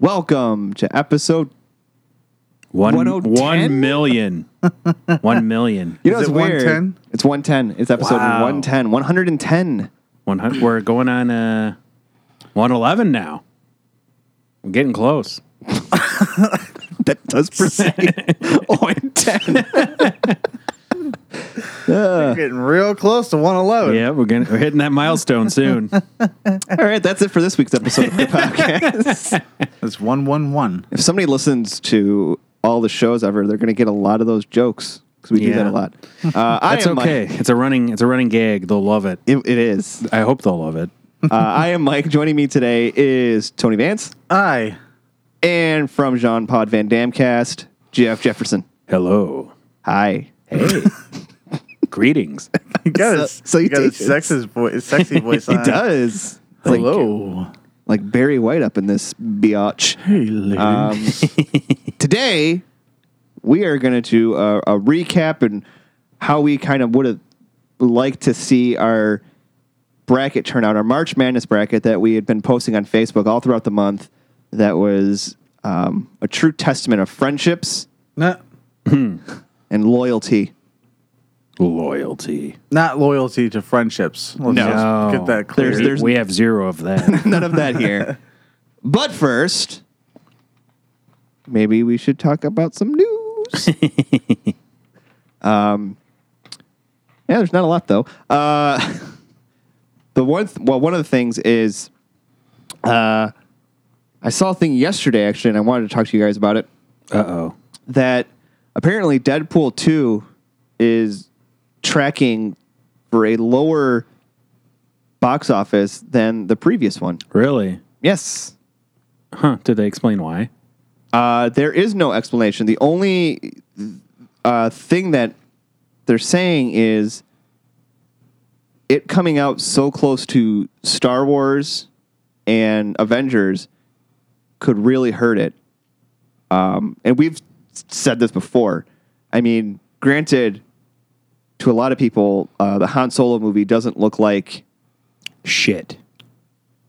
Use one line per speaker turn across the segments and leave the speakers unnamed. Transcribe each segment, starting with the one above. Welcome to episode.
One,
110?
one million. one million.
You know,
Is
it's
it
weird.
110?
It's 110. It's episode
Wow.
110. 110.
One hun- we're going on uh, 111 now. We're getting close.
That does Oh, percent. 110.
Getting real close to 111.
Yeah, we're getting, we're hitting that milestone soon.
All right, that's it for this week's episode of the podcast.
It's 111.
if somebody listens to all the shows ever, they're going to get a lot of those jokes because we do
Yeah.
that a lot. Uh, I
That's
am Mike-
okay. It's a running it's a running gag. They'll love it.
It, it is.
I hope they'll love it.
Uh, I am Mike. Joining me today is Tony Vance
I.
and from Jean Pod Van Damcast, Jeff Jefferson.
Hello.
Hi.
Hey. Greetings.
You got a,
So- so
you got a
you did.
sexist voice, sexy voice
He
on.
does. It's like-
Hello.
Like, Barry White up in this biatch.
Hey, lady.
Um, today, we are going to do a, a recap and how we kind of would have liked to see our bracket turn out, our March Madness bracket that we had been posting on Facebook all throughout the month. That was um, a true testament of friendships
not,
and loyalty.
Loyalty.
not loyalty to friendships. Let's
No.
just get that clear.
There's- there's-
we have zero of that.
None of that here. but first, maybe we should talk about some news. um, yeah, there's not a lot though. Uh, the one, th- well, one of the things is, uh, I saw a thing yesterday actually, and I wanted to talk to you guys about it.
Uh oh.
That apparently Deadpool two is tracking for a lower box office than the previous one.
Really?
Yes.
Huh. Did they explain why?
Uh, there is no explanation. The only uh, thing that they're saying is it coming out so close to Star Wars and Avengers could really hurt it. Um, and we've s- said this before. I mean, granted, to a lot of people, uh, the Han Solo movie doesn't look like
Shit.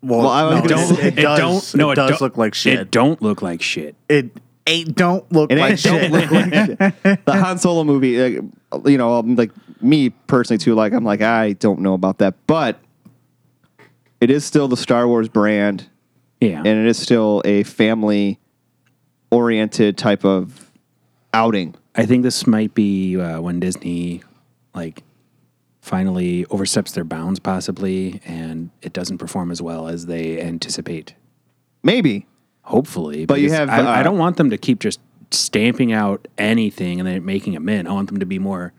well, I was
no,
It gonna don't-
it, it does, it does
don't-
look like shit.
It don't look like shit.
It, it don't look
It
like
ain't- don't
shit.
look like shit. The Han Solo movie, like, you know, I'm like me personally too. Like I'm like I don't know about that, but it is still the Star Wars brand,
Yeah.
and it is still a family-oriented type of outing.
I think this might be uh, when Disney, like, finally oversteps their bounds, possibly, and it doesn't perform as well as they anticipate.
Maybe
Hopefully,
But you
because
have,
I,
uh,
I don't want them to keep just stamping out anything and then making them in. I want them to be more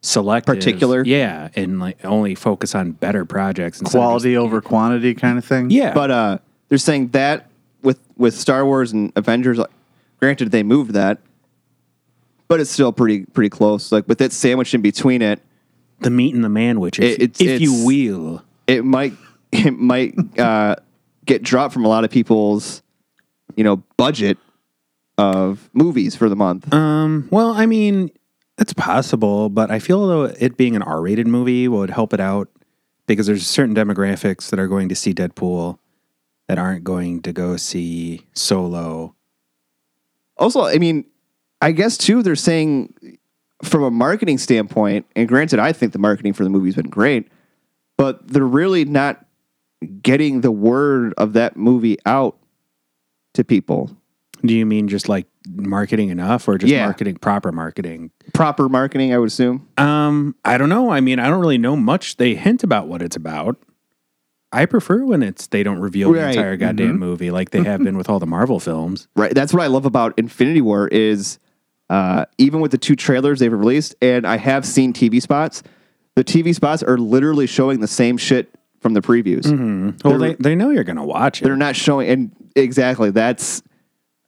selective,
Particular?
yeah, and like only focus on better projects. instead of
Quality over quantity kind of thing.
just- yeah.
but uh, they're saying that with with Star Wars and Avengers. like, Granted, they moved that, but it's still pretty pretty close. Like with it sandwiched in between it,
the meat and the man, which is,
It- it's-
if you
it's-
will,
it might it might uh, get dropped from a lot of people's you know budget of movies for the month.
Um, well, I mean, it's possible, but I feel though it being an R-rated movie would help it out because there's certain demographics that are going to see Deadpool that aren't going to go see Solo.
also, I mean, I guess too they're saying from a marketing standpoint, and granted, I think the marketing for the movie's been great, but they're really not getting the word of that movie out to people.
Do you mean just like marketing enough or just
Yeah.
marketing proper marketing?
Proper marketing, I would assume.
Um, I don't know. I mean, I don't really know much. They hint about what it's about. I prefer when it's they don't reveal the
Right. Mm-hmm.
entire goddamn movie like they have been with all the Marvel films.
Right. That's what I love about Infinity War is uh, even with the two trailers they've released, and I have seen TV spots. The TV spots are literally showing the same shit from the previews.
Mm-hmm. Well, they, they know you're going to watch it.
They're not showing, and exactly that's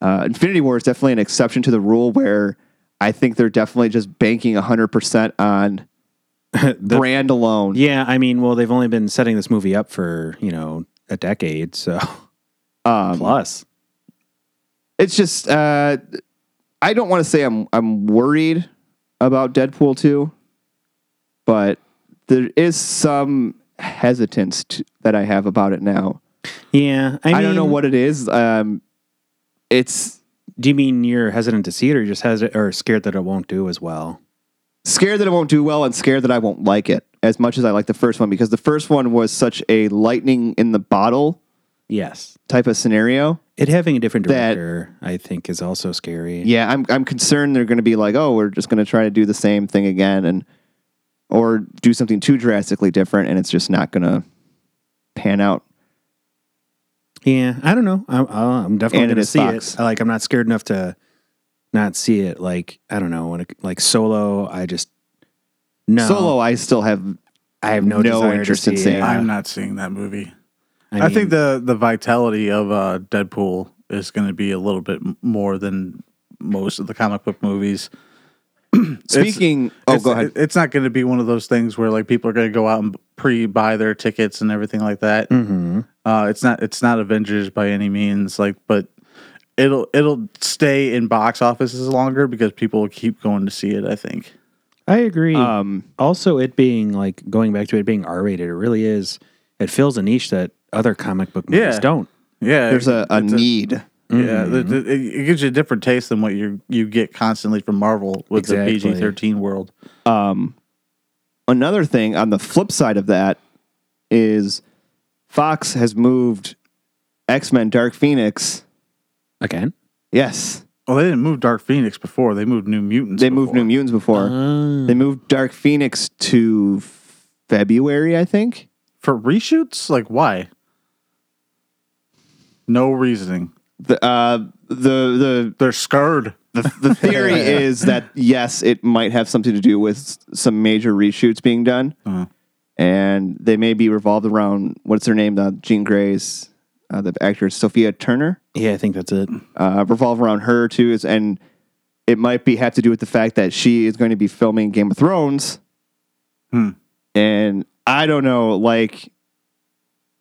uh, Infinity War is definitely an exception to the rule where I think they're definitely just banking hundred percent on brand alone.
Yeah, I mean, well, they've only been setting this movie up for you know a decade, so plus.
it's just uh, I don't want to say I'm I'm worried about Deadpool two, but there is some hesitance to, that I have about it now.
Yeah, I, mean,
I, don't know what it is. Um, it's
Do you mean you're hesitant to see it, or just has it, or scared that it won't do as well?
scared that it won't do well and scared that I won't like it as much as I like the first one because the first one was such a lightning in the bottle
Yes,
type of scenario.
it having a different
That-
director, I think, is also scary.
Yeah, I'm I'm concerned they're going to be like, "Oh, we're just going to try to do the same thing again and or do something too drastically different and it's just not going to pan out."
Yeah, I don't know. I'm, I'll- I'm definitely
And it
going to
is
see
Fox.
it. Like, I'm not scared enough to not see it. Like, I don't know. When it, like Solo, I just no
Solo, I still have
I have no,
no
desire to
interest in
see
seeing
it.
it.
I'm not seeing that movie. I,
mean,
think the the vitality of uh, Deadpool is going to be a little bit m- more than most of the comic book movies.
Speaking, oh,
it's,
go ahead.
it- It's not going to be one of those things where like people are going to go out and pre-buy their tickets and everything like that.
Mm.
mhm.
Uh, it's not it's not Avengers by any means, like, but it'll it'll stay in box offices longer because people will keep going to see it. I think.
I agree.
Um,
also, it being like going back to it being R-rated, it really is. It fills a niche that other comic book movies
Yeah.
don't.
Yeah,
there's a, a Mm-hmm.
it's
need.
Yeah, th- th- it, it gives you a different taste than what you you get constantly from Marvel with
Exactly.
the PG thirteen world.
another thing on the flip side of that is Fox has moved X Men Dark Phoenix.
Again,
Yes,
Well, they didn't move Dark Phoenix before; they moved New Mutants.
they moved New Mutants before. They moved Dark Phoenix to February, I think.
for reshoots. Like why? No reasoning.
The uh, the
They're scared.
the the, the theory is that yes, it might have something to do with s- some major reshoots being done,
Uh-huh.
and they may be revolved around what's her name, uh, Jean Grey's, uh, the actress Sophia Turner.
yeah, I think that's it.
uh, revolve around her too, is, and it might be have to do with the fact that she is going to be filming Game of Thrones,
Hmm.
and I don't know, like,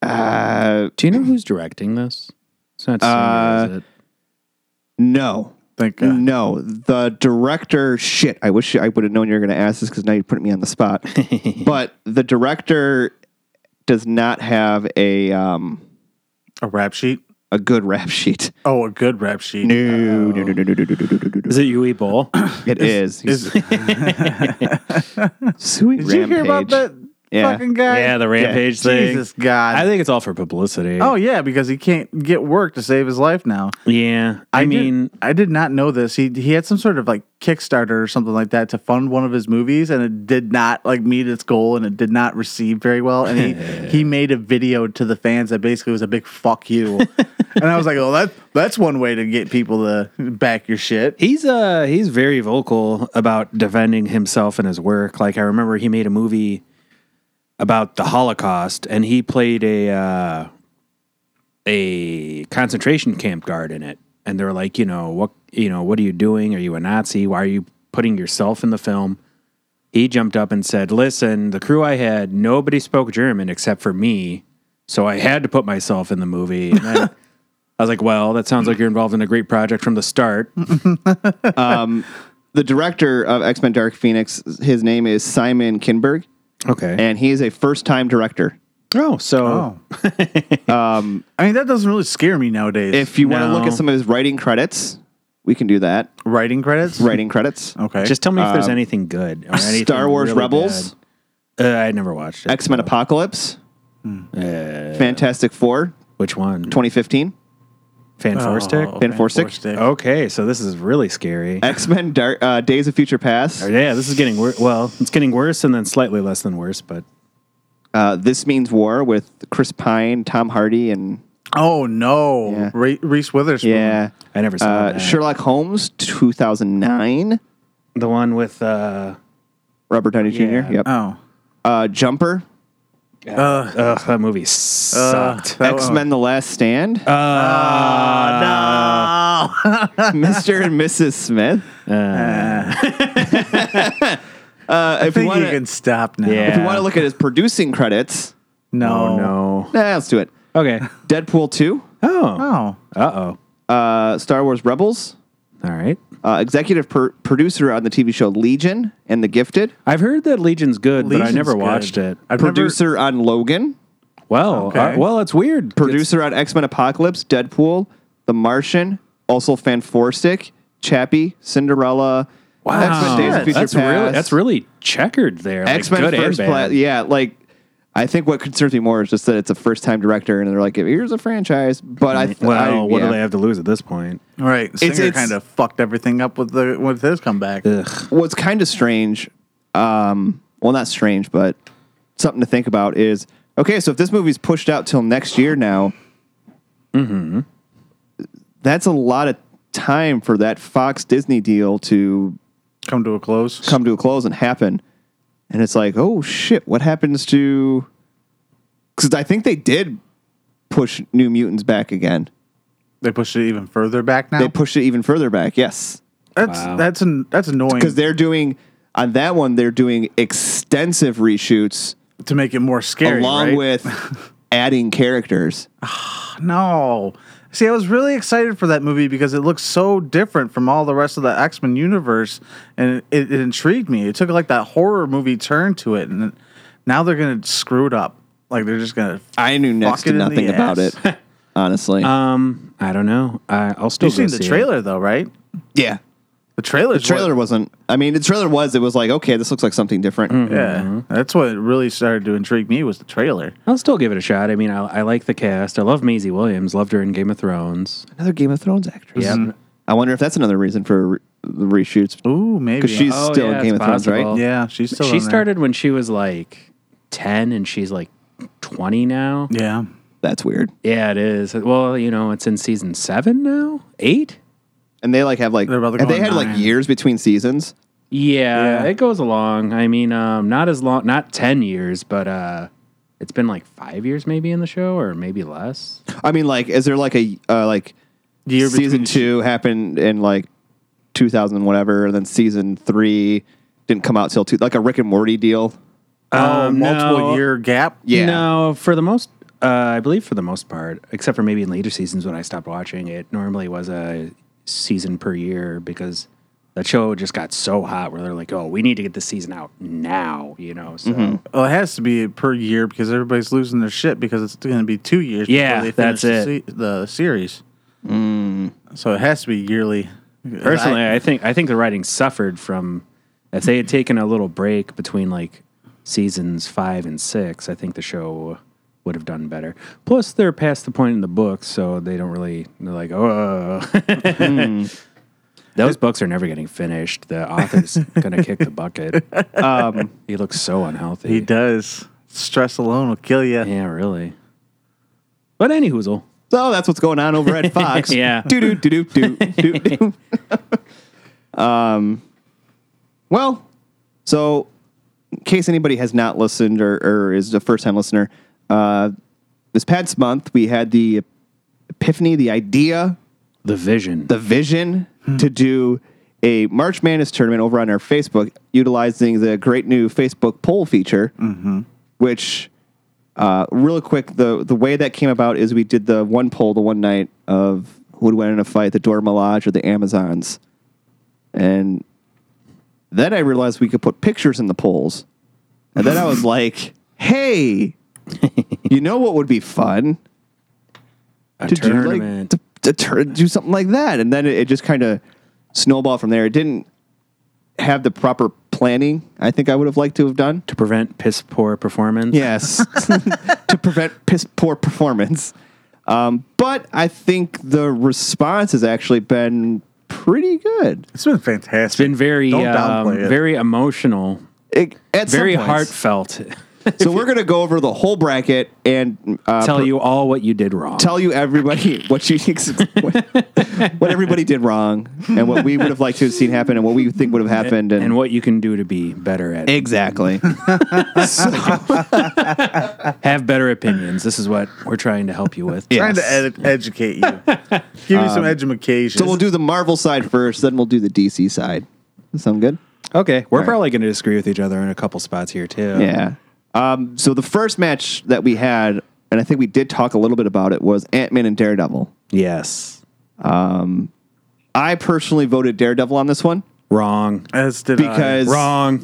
uh,
Do you know who's directing this? It's not.
Uh,
Singer, is it?
no,
Thank God.
no, the director. Shit, I wish I would have known you were going to ask this because now you put me on the spot. but the director does not have a um,
A rap sheet.
a good rap sheet.
Oh, a good rap sheet.
No, no, no, no, no, no, no, no, no, no.
Is it Yui Bowl?
It is.
Is-
He's- Sui
did you hear
Rampage.
about that
Yeah.
fucking guy?
yeah, the Rampage thing.
Jesus God.
I think it's all for publicity.
oh yeah, because he can't get work to save his life now.
yeah. I,
did-
mean,
I did not know this. He he had some sort of like Kickstarter or something like that to fund one of his movies, and it did not like meet its goal, and it did not receive very well. And he he made a video to the fans that basically was a big fuck you. and I was like, oh, that that's one way to get people to back your shit.
he's uh he's very vocal about defending himself and his work. Like I remember he made a movie about the Holocaust, and he played a uh, a concentration camp guard in it. And they're like, you know, what you know, what are you doing? Are you a Nazi? Why are you putting yourself in the film? He jumped up and said, "Listen, the crew I had, nobody spoke German except for me, so I had to put myself in the movie." And then I was like, "Well, that sounds like you're involved in a great project from the start."
the director of X Men Dark Phoenix, his name is Simon Kinberg,
Okay.
and he is a first time director.
oh, so
I mean, that doesn't really scare me nowadays.
If you want to
No.
look at some of his writing credits, we can do that.
writing credits,
Writing credits
Okay,
just tell me if there's anything good or anything
Star Wars
really
Rebels?
bad. Uh, I never watched it.
X Men Apocalypse,
Uh,
Fantastic Four,
which one?
2015,
Oh.
Fan Four Stick.
Ben Forsyth.
Okay, so this is really scary.
X Men Dark uh, Days of Future Past.
yeah, this is getting worse. Well, it's getting worse and then slightly less than worse, but
Uh, this Means War with Chris Pine, Tom Hardy, and
Oh no,
Yeah.
Re- Reese Witherspoon.
yeah,
I never saw
uh,
that.
Sherlock Holmes 2009,
The one with uh,
Robert Downey
Yeah.
Jr. Yep,
Oh,
uh, Jumper,
ugh, that movie sucked.
Uh, That-
X Men: The Last Stand. Mr. and Mrs. Smith. Uh, if,
I
you
think
wanna,
you can stop now.
Yeah.
if you want to look at his producing credits,
No.
oh no.
nah, let's do it.
Okay.
Deadpool 2,
Oh.
Oh.
Uh oh.
uh, Star Wars Rebels,
All right.
uh, executive pr- producer on the TV show Legion and The Gifted,
I've heard that Legion's good, but I
Legion's
never
good.
watched it.
I've
producer on Logan,
Well,
Okay.
uh, well, it's weird.
producer on X Men Apocalypse, Deadpool, The Martian, also Fanforstic, Chappie, Cinderella.
Wow,
X-Men Days of Future
that's
Past.
really that's really checkered there. Like
X Men
good and
first
bad.
pla- Yeah, like I think what concerns me more is just that it's a first time director, and they're like, "Here's a franchise." But I, th-
well,
I-
what
yeah.
do they have to lose at this point?
Right. Singer
it's-
kind of fucked everything up with the with his comeback.
Ugh.
What's kind of strange, um, well, not strange, but something to think about is okay. So if this movie's pushed out till next year now, that's a lot of time for that Fox Disney deal to
Come to a close.
come to a close and happen. And it's like, oh shit, what happens to? Because I think they did push New Mutants back again.
They pushed it even further back now.
They pushed it even further back. Yes,
that's
Wow.
that's an, that's annoying
because they're doing on that one. They're doing extensive reshoots
to make it more scary.
along
right?
with adding characters.
No. See, I was really excited for that movie because it looks so different from all the rest of the X Men universe, and it, it intrigued me. It took like that horror movie turn to it, and now they're gonna screw it up. Like they're just gonna.
I knew next
Fuck
to
it in the
nothing about it.
ass.
Honestly,
Um, I don't know. I, I'll still
You've
go
seen the
see it.
trailer though, right?
yeah.
The trailer.
The trailer wasn't. I mean, the trailer was. It was like, okay, this looks like something different.
yeah,
Mm-hmm.
that's what really started to intrigue me was the trailer.
I'll still give it a shot. I mean, I, I like the cast. I love Maisie Williams. Loved her in Game of Thrones.
Another Game of Thrones actress.
Yeah. Mhm.
I wonder if that's another reason for re- the reshoots
Ooh, maybe.
because she's
Oh,
still
yeah,
in Game
it's
of Thrones,
possible.
right?
yeah, she's still.
she
on there.
started when she was like ten, and she's like twenty now.
Yeah,
That's weird.
Yeah, it is. Well, you know, it's in season seven now, eight.
And they like have like
They're about to
have
go
they
on
had like
nine.
years between seasons.
Yeah,
Yeah.
it goes along. I mean, um, not as long, not ten years, but uh, it's been like five years maybe in the show, or maybe less.
I mean, like, is there like a uh, like
year
season
between-
two happened in like 2000 whatever, and then season three didn't come out till two, like a Rick and Morty deal.
Oh,
Um,
multiple
no.
year gap.
Yeah.
No, for the most, uh, I believe for the most part, except for maybe in later seasons when I stopped watching it, normally was a season per year because that show just got so hot where they're like, oh, we need to get this season out now, you know? So
Well, it has to be per year because everybody's losing their shit because it's going to be two years. before
Yeah,
they finish
that's
the
it. Mm.
se- the series. So it has to be yearly.
personally,
I-
I, think I think the writing suffered from if they had taken a little break between like seasons five and six, I think the show would have done better. Plus, they're past the point in the book, so they don't really they're like oh. Those books are never getting finished. The author's gonna kick the bucket. Um, he looks so unhealthy.
he does. Stress alone will kill you.
Yeah, really. But any whoozle.
So that's what's going on over at Fox.
Yeah.
Do do do do do do. Um. Well, so in case anybody has not listened or, or is a first time listener, uh, this past month we had the epiphany, the idea
The vision.
the vision to do a March Madness tournament over on our Facebook, utilizing the great new Facebook poll feature, which. Uh, real quick, the the way that came about is we did the one poll the one night of who would win in a fight, the Dora Milaje or the Amazons, and then I realized we could put pictures in the polls, and then I was like, "Hey, you know what would be fun?
a
to do like
tournament.
to, to tur- do something like that, and then it, it just kind of snowballed from there. It didn't have the proper planning. I think I would have liked to have done.
to prevent piss poor performance.
Yes, to prevent piss poor performance. Um, but I think the response has actually been pretty good.
It's been fantastic.
It's been very,
Don't
um,
downplay it.
very emotional,
It, at some
very
points.
heartfelt.
So we're gonna go over the whole bracket and uh,
Tell you all what you did wrong.
tell you everybody what you what, what everybody did wrong and what we would have liked to have seen happen and what we think would have happened
and what you can do to be better at it.
Exactly.
Have better opinions. This is what we're trying to help you with.
Yeah.
trying to
yes.
ed- educate you, give you
Um,
some education.
so we'll do the Marvel side first, then we'll do the DC side. Sound good?
Okay. We're probably going to disagree with each other in a couple spots here, too.
Yeah. Um, so the first match that we had, and I think we did talk a little bit about it, was Ant Man and Daredevil.
Yes.
I personally voted Daredevil on this one
Wrong.
as did I.
because
Wrong.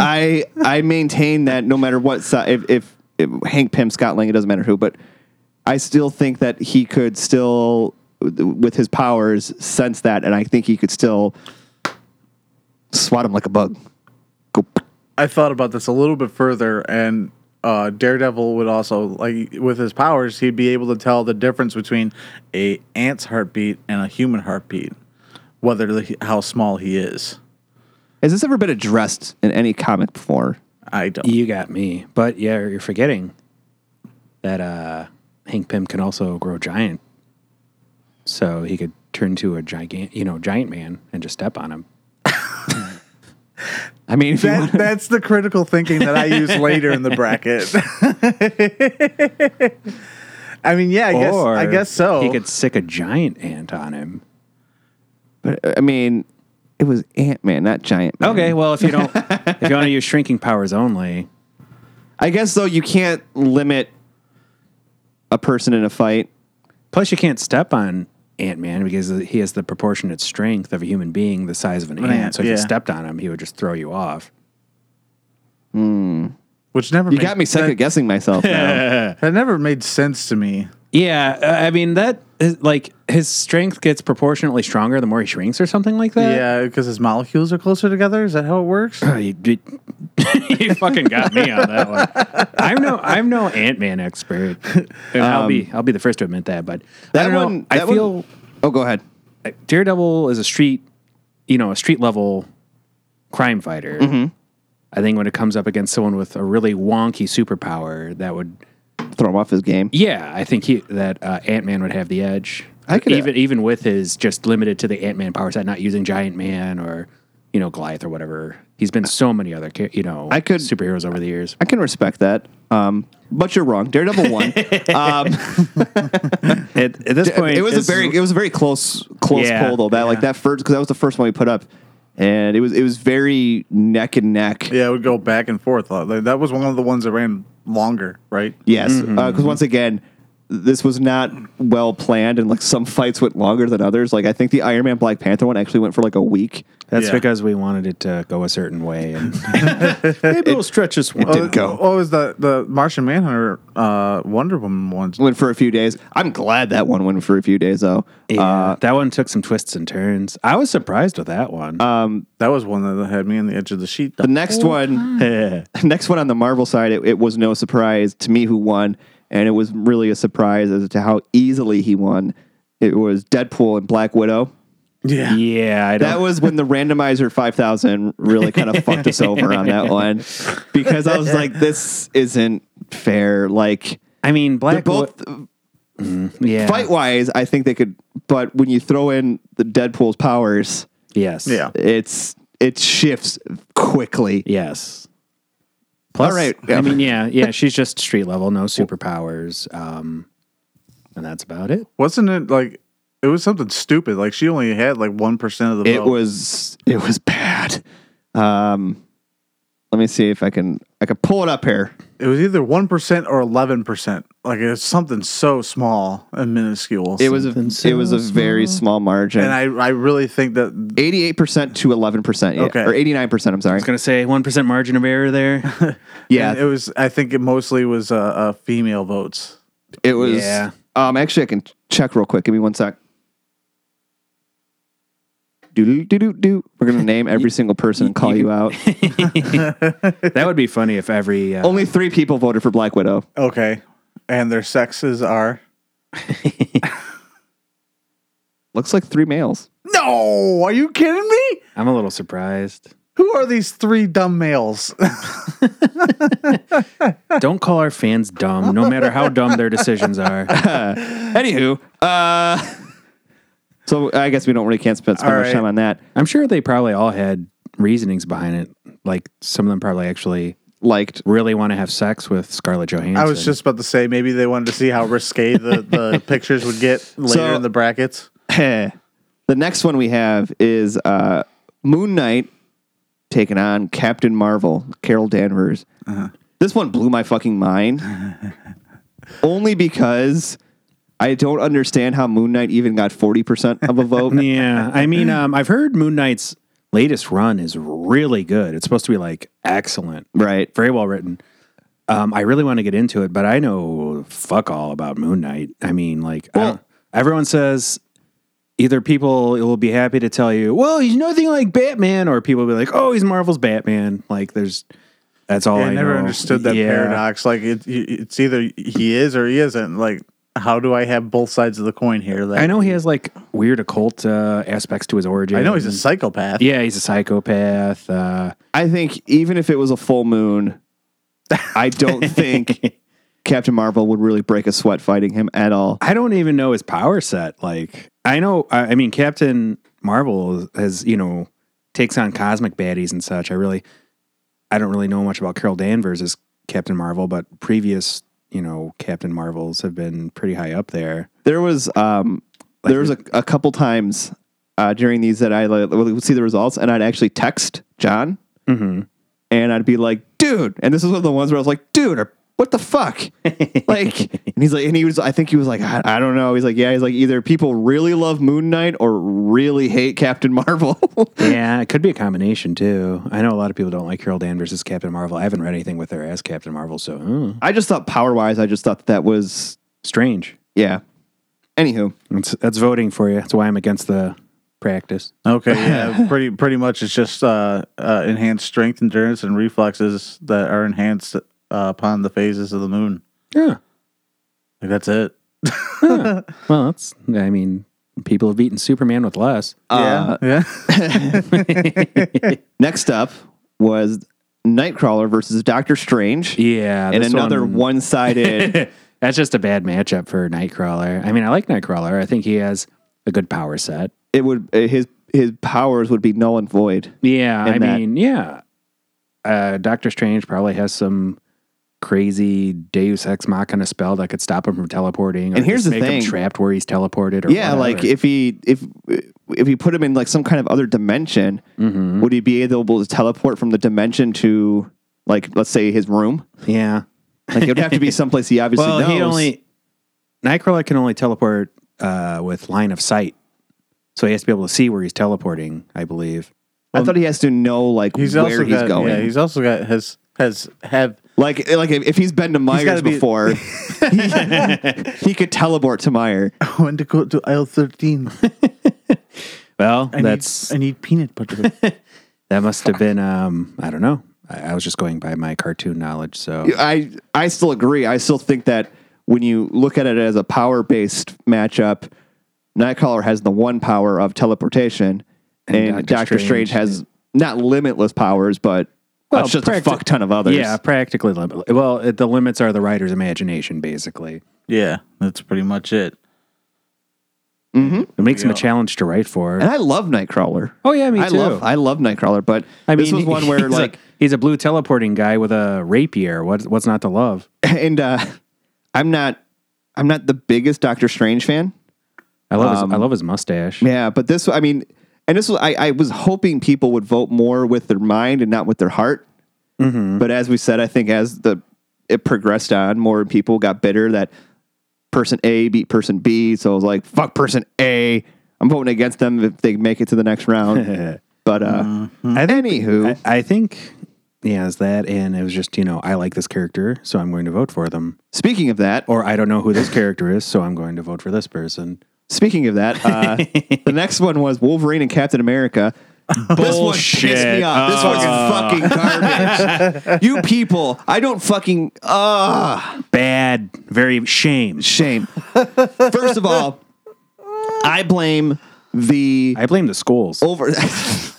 I I maintain that no matter what side, if, if, if Hank Pym, Scott Lang, it doesn't matter who, but I still think that he could still with his powers sense that, and I think he could still swat him like a bug. Go.
I thought about this a little bit further, and uh, Daredevil would also like with his powers, he'd be able to tell the difference between a ant's heartbeat and a human heartbeat, whether the, how small he is.
Has this ever been addressed in any comic before?
I don't.
You got me. But yeah, you're forgetting that uh, Hank Pym can also grow giant. So he could turn to a giant, you know, giant man and just step on him.
I mean, if you
That,
want-
that's the critical thinking that I use later in the bracket. I mean, yeah, I guess I guess so.
He could sick a giant ant on him.
but, I mean, it was Ant Man, not Giant Man.
Okay, well, if you don't, if you want to use shrinking powers only,
I guess though you can't limit a person in a fight.
plus you can't step on Ant Man because he has the proportionate strength of a human being, the size of an ant.
ant,
So if you
yeah.
stepped on him, he would just throw you off.
which never
You
made-
got me second guessing myself now.
That, that never made sense to me.
Yeah, uh, I mean that is- like his strength gets proportionately stronger the more he shrinks or something like that.
Yeah, because his molecules are closer together. Is that how it works?
Yeah, Oh, you, did- you fucking got me on that one. I'm no I'm no Ant Man expert. Um, And I'll be I'll be the first to admit that. But I
That
don't
one,
know. I
that one-
feel
oh, go ahead.
Daredevil is a street, you know, a street level crime fighter. I think when it comes up against someone with a really wonky superpower, that would
Throw him off his game.
yeah, I think he that uh, Ant Man would have the edge.
I could-
even even with his just limited to the Ant Man power set, not using Giant Man or you know Goliath or whatever. He's been so many other cha- you know
I could-
superheroes over the years.
I can respect that. Um, but you're wrong. Daredevil won. um,
At, at this point,
it was a
this is-
very it was a very close close
Yeah,
poll though. That like that first because that was the first one we put up, and it was it was very neck and neck.
Yeah, it would go back and forth. Uh, like, That was one of the ones that ran longer, right?
Yes, because once again, this was not well planned, and like some fights went longer than others. Like I think the Iron Man Black Panther one actually went for like a week.
that's
Yeah.
because we wanted it to go a certain way, and maybe it, will stretch this one.
did go.
What Oh, was the the Martian Manhunter uh, Wonder Woman ones?
Went for a few days. I'm glad that one went for a few days though.
Yeah,
Uh,
that one took some twists and turns. I was surprised with that one.
That was one that had me on the edge of the sheet.
the next one, next one on the Marvel side, it, it was no surprise to me who won, and it was really a surprise as to how easily he won. It was Deadpool and Black Widow.
yeah.
yeah, I don't.
That was when the randomizer 5000 really kind of fucked us over on that one because I was like, this isn't fair. Like,
I mean,
they're
Black
both
Wi- yeah,
fight wise, I think they could, but when you throw in the Deadpool's powers,
Yes.
Yeah.
it's it shifts quickly.
Yes. Plus,
All right, yeah.
I mean, yeah, yeah. She's just street level, no superpowers, um, and that's about it.
Wasn't it like it was something stupid? Like she only had like one percent of the
It
vote.
was it was bad. Um, let me see if I can I can pull it up here.
It was either one percent or eleven percent. Like it's something so small and minuscule.
It was
Something
a,
so
it was a very small margin.
and I I really think that
88% to 11%. Yeah,
Okay.
Or 89%, I'm sorry.
Gonna say one percent margin of error there.
Yeah.
it was. I think it mostly was uh, uh female votes.
It was.
Yeah.
Um. Actually, I can check real quick. Give me one sec. Do do do do. We're gonna name every single person and call you out.
that would be funny if every uh,
Only three people voted for Black Widow.
Okay, and their sexes are
Looks like three males.
no. Are you kidding me?
I'm a little surprised.
Who are these three dumb males?
Don't call our fans dumb, no matter how dumb their decisions are.
Anywho, uh, so I guess we don't really can't spend, spend
All
much
right.
time on that.
I'm sure they probably all had reasonings behind it. Like some of them probably actually
Liked.
really want to have sex with Scarlett Johansson.
I was just about to say maybe they wanted to see how risque the, the pictures would get later
So-
in the brackets.
the next one we have is uh, Moon Knight taking on Captain Marvel, Carol Danvers. This one blew my fucking mind. Only because I don't understand how Moon Knight even got 40% of a vote.
yeah. I mean, um, I've heard Moon Knight's latest run is really good. It's supposed to be like excellent,
right.
very well written. Um, I really want to get into it, but I know fuck all about Moon Knight. I mean, like I
Well-
don't- everyone says either people will be happy to tell you, "Well, he's nothing like Batman," or people will be like, "Oh, he's Marvel's Batman." Like, there's that's all
Yeah,
I,
I, never
know.
understood that
Yeah.
paradox. Like it, it's either he is or he isn't. Like how do I have both sides of the coin here? Like,
I know he has like weird occult uh, aspects to his origin.
I know he's a psychopath.
yeah, he's a psychopath. Uh,
I think even if it was a full moon, I don't think Captain Marvel would really break a sweat fighting him at all.
I don't even know his power set. Like, I know, I, I mean, Captain Marvel has you know takes on cosmic baddies and such. I really, I don't really know much about Carol Danvers as Captain Marvel, but previous you know Captain Marvels have been pretty high up there.
There was um, there was a, a couple times uh, during these that I like, would see the results, and I'd actually text John, and I'd be like, "Dude," and this is one of the ones where I was like, "Dude, or, what the fuck?" like, and he's like, and he was, I think he was like, I, I don't know. He's like, yeah, he's like, either people really love Moon Knight or really hate Captain Marvel.
yeah, it could be a combination too. I know a lot of people don't like Carol Danvers as Captain Marvel. I haven't read anything with her as Captain Marvel, so uh,
I just thought power wise, I just thought that was
strange.
yeah. Anywho,
That's, that's voting for you. That's why I'm against the practice.
Okay. Yeah. pretty pretty much it's just uh, uh, enhanced strength, endurance, and reflexes that are enhanced uh, upon the phases of the moon.
Yeah.
Like that's it.
Well, that's. I mean, people have beaten Superman with less.
Uh,
yeah. Yeah.
next up was Nightcrawler versus Doctor Strange.
Yeah,
and
this
another
one-
one sided.
That's just a bad matchup for Nightcrawler. I mean, I like Nightcrawler. I think he has a good power set.
it would uh, his his powers would be null and void.
Yeah,
in
I
that.
mean, yeah. Uh, Doctor Strange probably has some crazy Deus Ex Machina spell that could stop him from teleporting. Or
And here's
just
the
make
thing.
him trapped where he's teleported. Or
Yeah,
whatever.
like if he if if you put him in like some kind of other dimension, would he be able to teleport from the dimension to like let's say his room?
yeah.
Like it would have to be someplace he obviously
Well,
knows.
he only Nightcrawler can only teleport uh, with line of sight, so he has to be able to see where he's teleporting. I believe.
I thought he has to know like
He's
where
also
he's
got,
going.
Yeah, he's also got has has have
like like if, if he's been to Myers
gotta be-
before, he, he could teleport to Meyer.
I want to go to aisle thirteen.
Well,
I
that's
need, I need peanut butter.
that must have been. Um, I don't know. I, I was just going by my cartoon knowledge. So
I I still agree. I still think that when you look at it as a power based matchup, Nightcrawler has the one power of teleportation, and,
Doctor
Doctor Strange,
Strange
has not limitless powers, but
Well,
it's just
practi-
a fuck ton of others.
yeah, practically. Lim- well, it, the limits are the writer's imagination. Basically,
yeah, that's pretty much it.
it makes him a
Yeah.
challenge to write for.
and I love Nightcrawler.
Oh yeah, me
I
too.
love I love Nightcrawler, but
I mean,
this was one where
he's a-
like
he's a blue teleporting guy with a rapier. What, what's not to love?
and uh, I'm not I'm not the biggest Doctor Strange fan.
I love
Um,
his, I love his mustache.
Yeah, but this, I mean, and this was, I, I was hoping people would vote more with their mind and not with their heart.
Mm-hmm.
But as we said, I think as the it progressed on, more people got bitter that person A beat person B. So I was like, fuck person A. I'm voting against them if they make it to the next round. but uh, anywho,
I think yeah, is that and it was just, you know, I like this character, so I'm going to vote for them.
speaking of that,
Or I don't know who this character is, so I'm going to vote for this person.
Speaking of that, uh, the next one was Wolverine and Captain America. This one pissed me
Bullshit.
off. This one's fucking garbage. you people, I don't fucking ah
Bad, very shame.
shame. First of all, I blame the
I blame the schools.
over the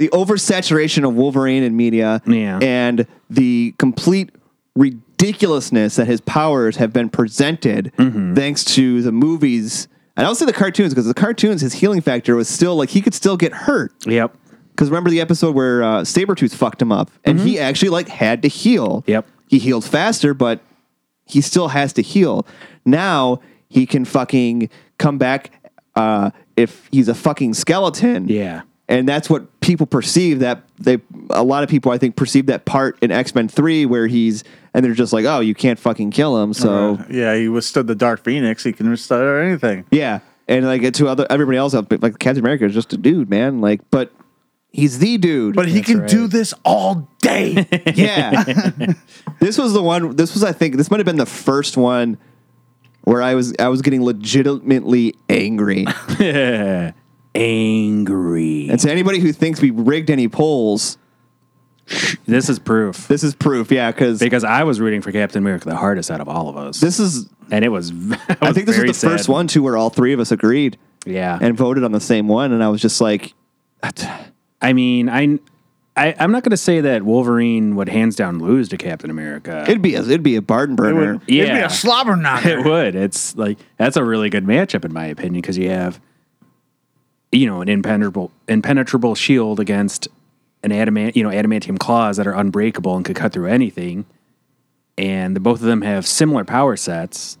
oversaturation of Wolverine in media
Yeah.
and the complete ridiculousness that his powers have been presented thanks to the movies and I'll say the cartoons because the cartoons his healing factor was still like he could still get hurt
Yep.
because remember the episode where uh, Sabretooth fucked him up and he actually like had to heal
Mm-hmm. Yep.
he healed faster but he still has to heal now he can fucking come back uh, if he's a fucking skeleton
Yeah.
and that's what people perceive that they a lot of people I think perceive that part in X Men Three where he's and they're just like, oh, you can't fucking kill him, so
yeah, he withstood the Dark Phoenix. He can restore anything.
yeah. And like to other everybody else, out there, like Captain America is just a dude, man. Like, but he's the dude.
But he
That's
can
right.
do this all day.
yeah, this was the one. This was I think this might have been the first one where I was I was getting legitimately angry.
Angry.
and to anybody who thinks we rigged any polls,
This is proof
this is proof. Yeah, because
because I was rooting for Captain America the hardest out of all of us,
this is
and it was. I,
I
was
think this is
very
the
sad.
first one too where all three of us agreed
Yeah,
and voted on the same one, and I was just like,
I mean, I, I I'm not going to say that Wolverine would hands down lose to Captain America.
it'd be a it'd be a barn burner.
yeah,
It'd be a slobber knocker.
It would. It's like that's a really good matchup in my opinion because you have, you know, an impenetrable impenetrable shield against an adamant you know adamantium claws that are unbreakable and could cut through anything, and the, both of them have similar power sets.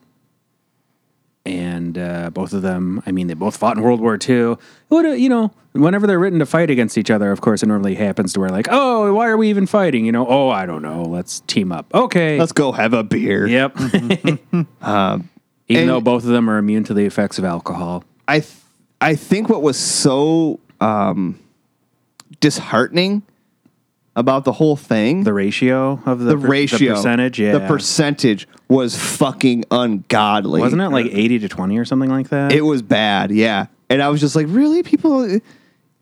And uh, both of them, I mean, they both fought in World War II. It would, you know, whenever they're written to fight against each other, of course, it normally happens to where like, oh, why are we even fighting? You know, oh, I don't know. Let's team up. Okay,
Let's go have a beer.
Yep. Even
Uh, and-
though both of them are immune to the effects of alcohol.
I th- I think what was so um, disheartening about the whole thing
The ratio of the,
the
per-
ratio
the percentage, yeah,
the percentage was fucking ungodly
wasn't it like eighty to twenty or something like that?
uh, it was bad yeah and i was just like really people i-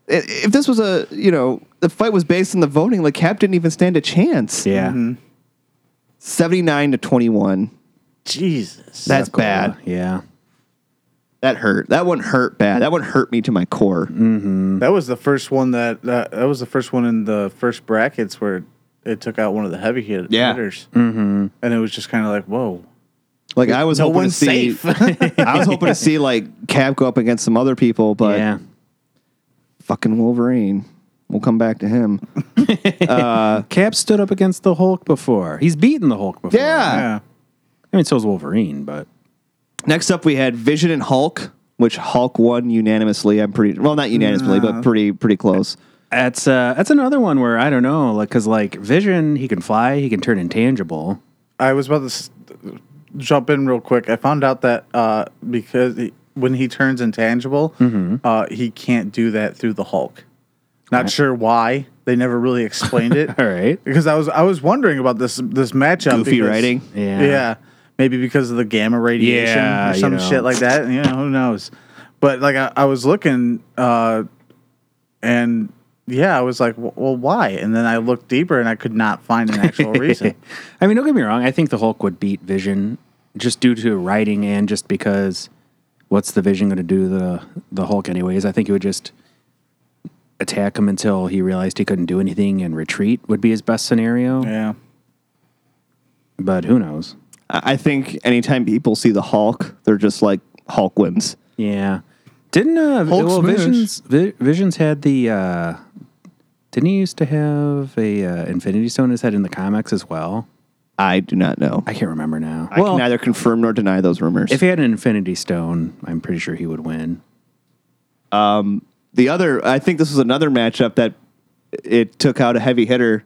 if this was a you know the fight was based on the voting like cap didn't even stand a chance
yeah,
79 to 21
Jesus.
that's bad
Yeah,
that hurt that one hurt bad that one hurt me to my core
Mm.
That was the first one that that that was the first one in the first brackets where it took out one of the heavy hit-
Yeah.
hitters. Mm-hmm. And it was just kind of like, whoa.
like i was
No
hoping to
one's
see
safe.
i was hoping to see like cap go up against some other people but
yeah.
fucking wolverine we'll come back to him
Cap stood up against the Hulk before. He's beaten the Hulk before.
yeah.
yeah.
I mean, so's Wolverine, but
Next up, we had Vision and Hulk, which Hulk won unanimously. I'm pretty well, not unanimously, but pretty pretty close.
that's uh, that's another one where I don't know, like, cause like Vision, he can fly, he can turn intangible.
I was about to s- jump in real quick. I found out that uh, because he, when he turns intangible,
Mm-hmm.
uh, he can't do that through the Hulk. Not sure why. They never really explained it.
All right,
Because I was I was wondering about this this matchup.
Goofy
because-
writing.
Yeah.
yeah, maybe because of the gamma radiation
Yeah,
or
you
some
know.
shit like that. You know, who knows? But like I, I was looking, uh, and yeah, I was like, "W- well, why? And then I looked deeper, and I could not find an actual reason.
I mean, don't get me wrong. I think the Hulk would beat Vision just due to writing and just because what's the Vision going to do to the the Hulk anyways? I think he would just attack him until he realized he couldn't do anything and retreat would be his best scenario.
Yeah.
But who knows?
I I think anytime people see the Hulk, they're just like Hulk wins.
Yeah. Didn't uh
Hulk
well,
smash.
Visions Vi- Visions had the uh didn't he used to have a uh, Infinity Stone in his head in the comics as well?
I do not know. I,
I can't remember now.
can neither confirm nor deny those rumors.
if he had an Infinity Stone, I'm pretty sure he would win.
the other, I think this was another matchup that it took out a heavy hitter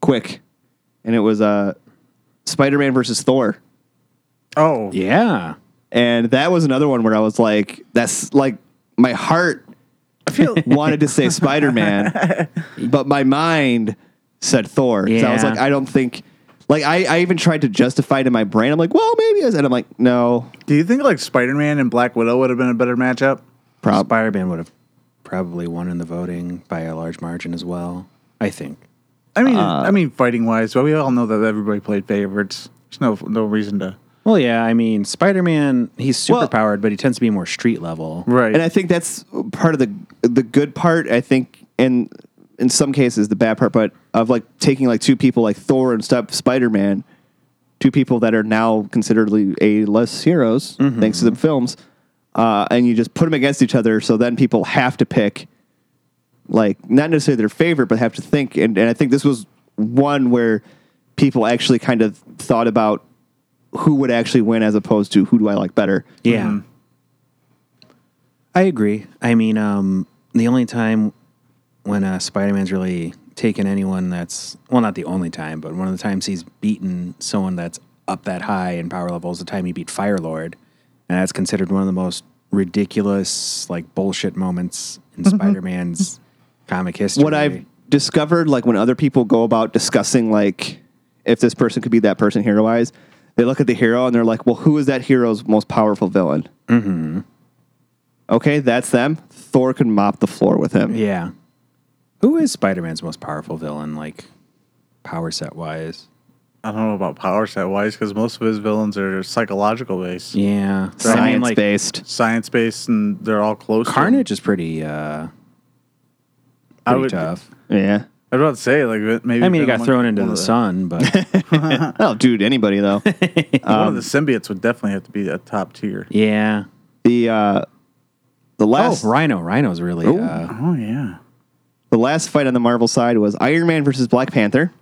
quick, and it was uh, Spider-Man versus Thor.
Oh,
Yeah.
And that was another one where I was like, that's like my heart wanted to say Spider Man, but my mind said Thor. 'Cause I was
Yeah.
like, I don't think. Like I, I even tried to justify it in my brain. I'm like, well, maybe, it's-" and I'm like, no,
do you think like Spider Man and Black Widow would have been a better matchup?
prob-
Spider Man would have probably won in the voting by a large margin as well. I think.
I mean,
Uh,
I mean, fighting wise, but we all know that everybody played favorites. There's no no reason to.
Well, yeah, I mean, Spider Man, he's super
Well-
powered, but he tends to be more street level.
Right.
And I think that's part of the the good part. I think, and in some cases, the bad part, but of like taking like two people like Thor and stuff, Spider Man, two people that are now considerably a less heroes thanks to the films, uh, and you just put them against each other. So then people have to pick, like not necessarily their favorite, but have to think. And, and I think this was one where people actually kind of thought about who would actually win as opposed to who do I like better.
Yeah.
Mm-hmm.
I agree. I mean, um, the only time when uh, Spider Man's really taken anyone that's, well, not the only time, but one of the times he's beaten someone that's up that high in power level is the time he beat Fire Lord. And that's considered one of the most ridiculous, like, bullshit moments in Spider Man's comic history.
Mm-hmm. what I've discovered, like when other people go about discussing, like if this person could be that person hero wise, They look at the hero and they're like, well, who is that hero's most powerful villain? Mm-hmm. Okay, that's them. Thor can mop the floor with him.
Yeah. Who is Spider Man's most powerful villain, like power set wise?
I don't know about power set wise because most of his villains are psychological based,
Yeah. I mean,
Science
like,
based.
science based, and they're all close. to him.
Carnage is pretty, uh, pretty
I would.
tough.
Yeah.
I was about to say like maybe.
I mean, he
Venom
got thrown into
one
the
of
sun, but
Oh, dude, anybody though.
one of the symbiotes would definitely have to be a top tier.
yeah.
the uh, the
Oh,
last
Rhino. Rhino's really. Uh,
Oh yeah.
the last fight on the Marvel side was Iron Man versus Black Panther.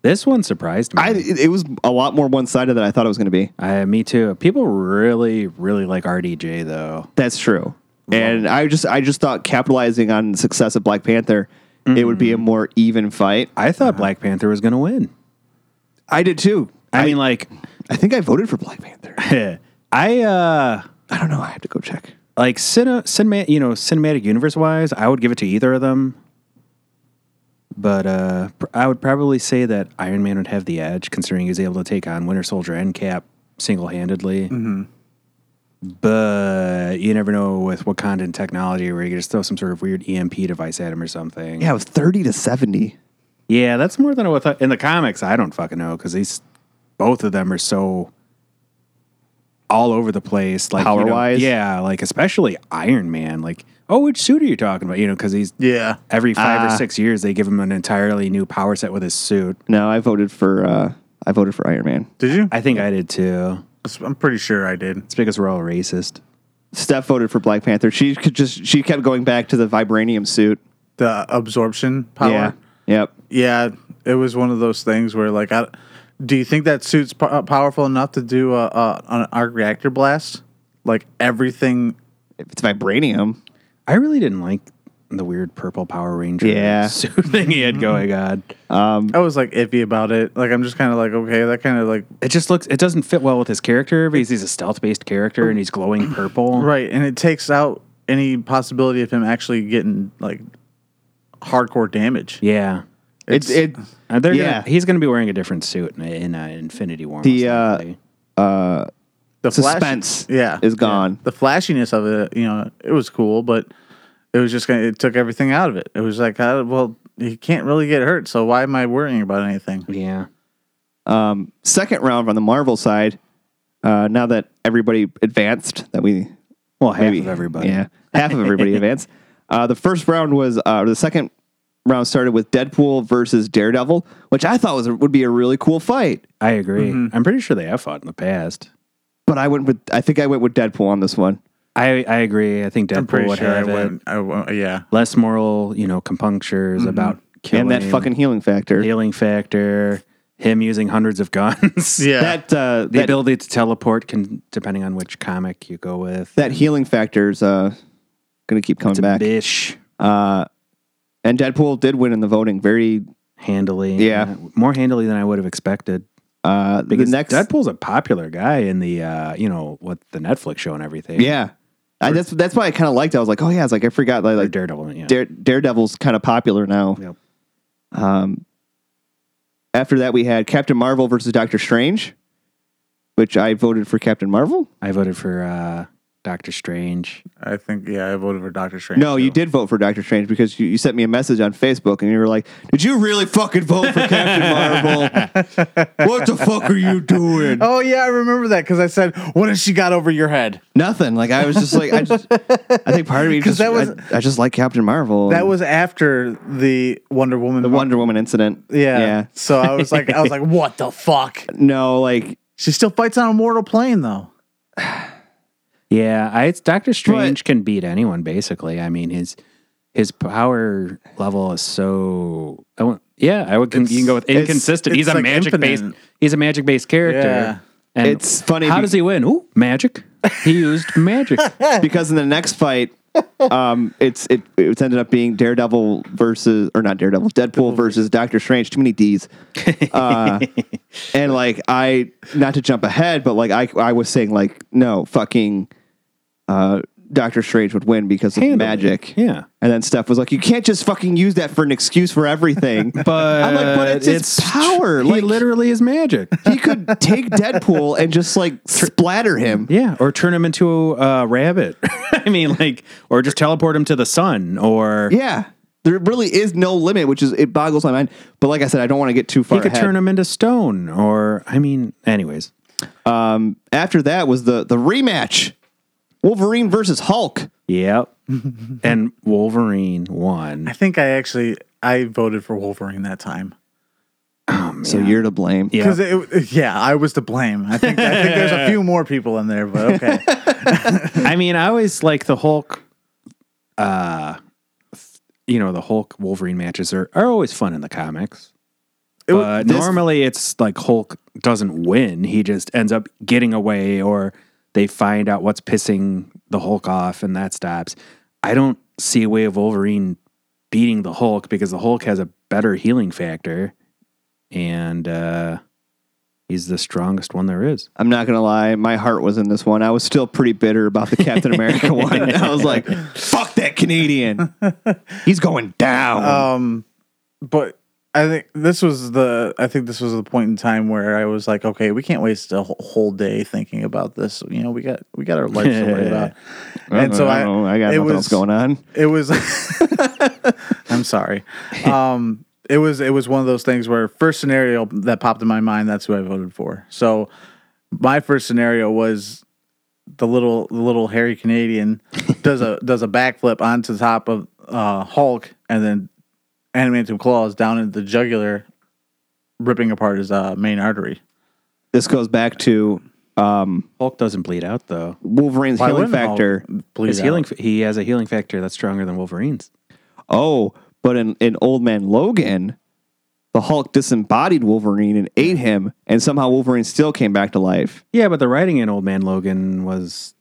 this one surprised me.
I it it was a lot more one sided than I thought it was going to be.
I, me too. People really, really like RDJ though.
That's true. And I just I just thought capitalizing on the success of Black Panther, it would be a more even fight.
I thought Uh-huh. Black Panther was going to win.
I did too.
I, mean, like,
I think I voted for Black Panther.
I uh
I don't know. I have to go check.
like cine, cinema, you know, cinematic universe wise, I would give it to either of them. But uh pr- I would probably say that Iron Man would have the edge, considering he was able to take on Winter Soldier and Cap single handedly. But you never know with Wakandan technology, where you could just throw some sort of weird EMP device at him or something.
Yeah, it was thirty to seventy.
Yeah, that's more than what I thought. in the comics. I don't fucking know because these both of them are so all over the place. Like you know-
Power-wise?
yeah. Like especially Iron Man. Like, oh, which suit are you talking about? You know, because he's
Yeah.
every five
Ah.
or six years they give him an entirely new power set with his suit.
No, I voted for uh, I voted for Iron Man.
Did you?
I think I did too.
I'm pretty sure I did.
It's because we're all racist.
Steph voted for Black Panther. She could just she kept going back to the vibranium suit.
The absorption power.
Yeah. Yep.
Yeah, it was one of those things where like, I, do you think that suit's po- uh, powerful enough to do a, a an arc reactor blast? Like everything.
If it's vibranium,
I really didn't like the weird purple Power Ranger
Yeah. Mm-hmm.
suit thing he had going on.
I was like iffy about it. Like I'm just kind of like okay, that kind of like
It just looks. It doesn't fit well with his character because he's a stealth based character and he's glowing purple.
right, and it takes out any possibility of him actually getting like hardcore damage.
Yeah.
it's it.
Uh, they're
Yeah.
gonna, he's going to be wearing a different suit in, in uh, Infinity War.
The,
most
uh,
likely.
The flash-
Suspense
yeah,
is gone.
The flashiness of it, you know, it was cool, but it was just gonna. It took everything out of it. It was like, uh, well, he can't really get hurt, so why am I worrying about anything?
yeah,
Second round on the Marvel side. Uh, now that everybody advanced, that we
well, half
maybe
of everybody.
yeah, half of everybody advanced. Uh, the first round was uh, the second round started with Deadpool versus Daredevil, which I thought was a, would be a really cool fight.
I agree.
Mm-hmm.
I'm pretty sure they have fought in the past.
But I went with I think I went with Deadpool on this one.
I I agree. I think Deadpool would
I
have it.
went. I went- yeah.
Less moral, you know, compunctures about killing
Mm-hmm. and that fucking healing factor.
healing factor. Him using hundreds of guns.
Yeah.
That uh,
the
that,
ability to teleport can depending on which comic you go with.
that healing factor is uh, going to keep coming back.
Bish
And Deadpool did win in the voting. Very
handily.
Yeah.
Uh, more handily than I would have expected.
uh, the
Because
next
Deadpool's a popular guy in the uh, you know, with the Netflix show and everything.
Yeah, I, that's that's why I kind of liked. it. I was like, oh yeah, I was like I forgot like,
Or
like
Daredevil, yeah.
Dare, Daredevil's kind of popular now. Um,
Yep.
After that, we had Captain Marvel versus Doctor Strange, which I voted for Captain Marvel.
I voted for uh, Doctor Strange.
I think. Yeah, I voted for Doctor Strange.
No, you
too.
did vote for Doctor Strange because you, you sent me a message on Facebook and you were like, "Did you really fucking vote for Captain Marvel? What the fuck are you doing?"
Oh yeah, I remember that because I said, "What has she got over your head?"
Nothing. Like I was just like I just I think part of me just
'Cause that was-
I, I just like Captain Marvel.
That
and
was after the Wonder Woman.
the Wonder Woman incident.
Yeah.
Yeah.
So I was like, I was like, "What the fuck?"
No, like
She still fights on a mortal plane though.
Yeah, I, it's Doctor Strange can beat anyone basically. I mean his his power level is so. I won't, yeah, I would. you can go with
it's-
inconsistent.
it's
he's a
like
magic based.
infinite.
He's a magic based character.
Yeah.
And
It's funny
How
be-
does he win? Ooh, magic. He used magic.
because in the next fight, um, it's it it's ended up being Daredevil versus or not Daredevil, Deadpool versus Doctor Strange. Too many D's. Uh, and like I, not to jump ahead, but like I I was saying like no fucking. Uh, Doctor Strange would win because of
Handily.
magic.
Yeah.
And then Steph was like, "You can't just fucking use that for an excuse for everything."
But
I'm like, "But it's his power.
Uh, He
Like-
literally is magic.
he could take Deadpool and just like splatter him.
Yeah, or turn him into a rabbit. I mean, like, or just teleport him to the sun, or
Yeah. There really is no limit, which is it boggles my mind. But like I said, I don't want to get too far.
he could
ahead.
turn him into stone, or I mean, anyways.
After that was the the rematch, Wolverine versus Hulk.
Yep. and Wolverine won.
I think I actually I voted for Wolverine that time
So you're to blame.
Yeah.
because yeah, I was to blame. I think I think there's a few more people in there, but okay.
I mean, I always like the Hulk. Uh, th- you know, the Hulk Wolverine matches are, are always fun in the comics.
It w-
But
this-
normally, it's like Hulk doesn't win; he just ends up getting away, or they find out what's pissing the Hulk off, and that stops. I don't see a way of Wolverine beating the Hulk because the Hulk has a better healing factor, and uh, he's the strongest one there is.
I'm not gonna lie, my heart was in this one. I was still pretty bitter about the Captain America one. I was like, "Fuck that Canadian, he's going down."
Um, but I think this was the I think this was the point in time where I was like, okay, we can't waste a wh- whole day thinking about this. You know, we got we got our lives to worry about. And so I,
don't know. I got
it
nothing
was,
else going on.
It was. I'm sorry. Um, it was it was one of those things where first scenario that popped in my mind. That's who I voted for. So my first scenario was the little the little hairy Canadian does a does a backflip onto the top of uh, Hulk and then animantum claws down into the jugular, ripping apart his uh, main artery.
This goes back to um,
Hulk doesn't bleed out though.
Wolverine's
Why
healing
wouldn't Hulk
factor.
bleed
His
out?
healing, he has a healing factor that's stronger than Wolverine's.
Oh, but in, in Old Man Logan, the Hulk disembodied Wolverine and ate him, and somehow Wolverine still came back to life.
Yeah, but the writing in Old Man Logan was,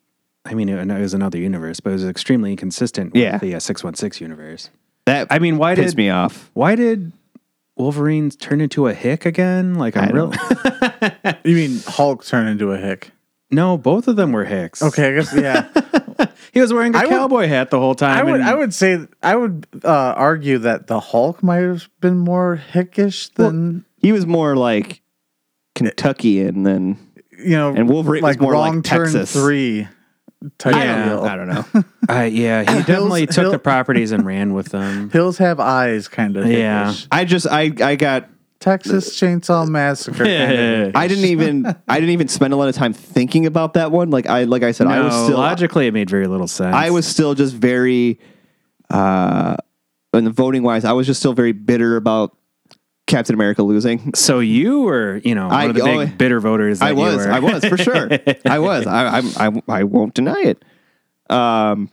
I mean, it, it was another universe, but it was extremely inconsistent with
Yeah.
the uh, six one six universe.
That
I mean, why
pissed
did
me off.
why did Wolverine turn into a hick again? Like I'm real.
You mean Hulk turned into a hick?
no, both of them were hicks.
Okay, I guess yeah.
he was wearing a
I would-
cowboy hat the whole time.
I would
and-
I would say I would uh, argue that the Hulk might have been more hickish than
He was more like Kentuckian than
you know
and Wolverine was
like
more like
wrong turn
Texas.
three type
I don't know.
deal.
I don't know.
Uh, yeah, he definitely took
Hill-
the properties and ran with them.
Hills have eyes kind of
Yeah.
hickish.
I just I I got
Texas Chainsaw Massacre. kind
I didn't even I didn't even spend a lot of time thinking about that one. Like I like I said, I
No,
was still
logically, it made very little sense.
I was still just very uh in the voting wise, I was just still very bitter about Captain America losing.
So you were, you know, one
I-
of the big
oh,
bitter voters. That
I
you
was,
were.
I was for sure. I was. I, I'm- I, I, won't deny it. Um,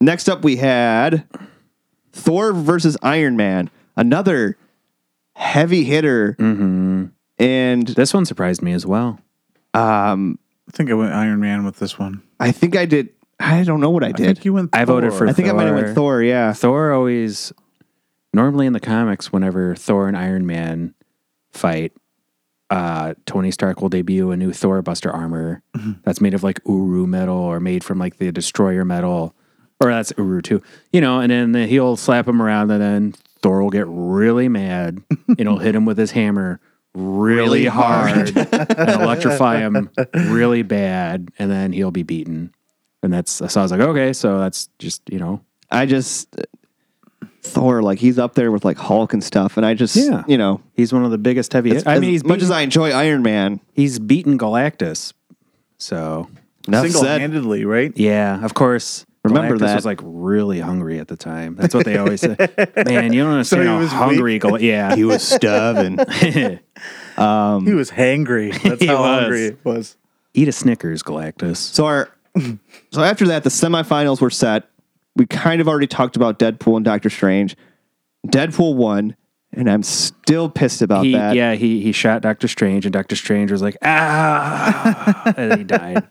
next up, we had Thor versus Iron Man, another heavy hitter,
Mm-hmm.
and
This one surprised me as well.
I think I went Iron Man with this one.
I think I did. I don't know what I
I
did.
think you went.
I voted
Thor.
for-
I think I might have went Thor. Yeah,
Thor always, normally in the comics, whenever Thor and Iron Man fight, uh, Tony Stark will debut a new Thor Buster armor that's made of like Uru metal or made from like the Destroyer metal, or that's Uru too, you know. And then the, he'll slap him around, and then Thor will get really mad and he'll hit him with his hammer really,
Really
hard and electrify him really bad, and then he'll be beaten. And that's so I was like, okay, so that's just you know
I just Thor. Like he's up there with like Hulk and stuff, and I just
Yeah.
you know.
He's one of the biggest heavy.
As,
I mean, he's
as much
beaten,
as I enjoy Iron Man,
he's beaten Galactus. So
enough said.
single-handedly, right?
yeah, of course.
Remember
Galactus
that.
was like really hungry at the time. That's what they always say. Man, you don't understand
he
how
was
hungry. Gal- yeah,
He was starving. Um,
he was hangry. That's
He
how
was.
hungry it was.
eat a Snickers, Galactus.
So our so after that, the semifinals were set. We kind of already talked about Deadpool and Doctor Strange. Deadpool won, and I'm still pissed about
He,
that.
yeah, he he shot Doctor Strange, and Doctor Strange was like, ah, and he died.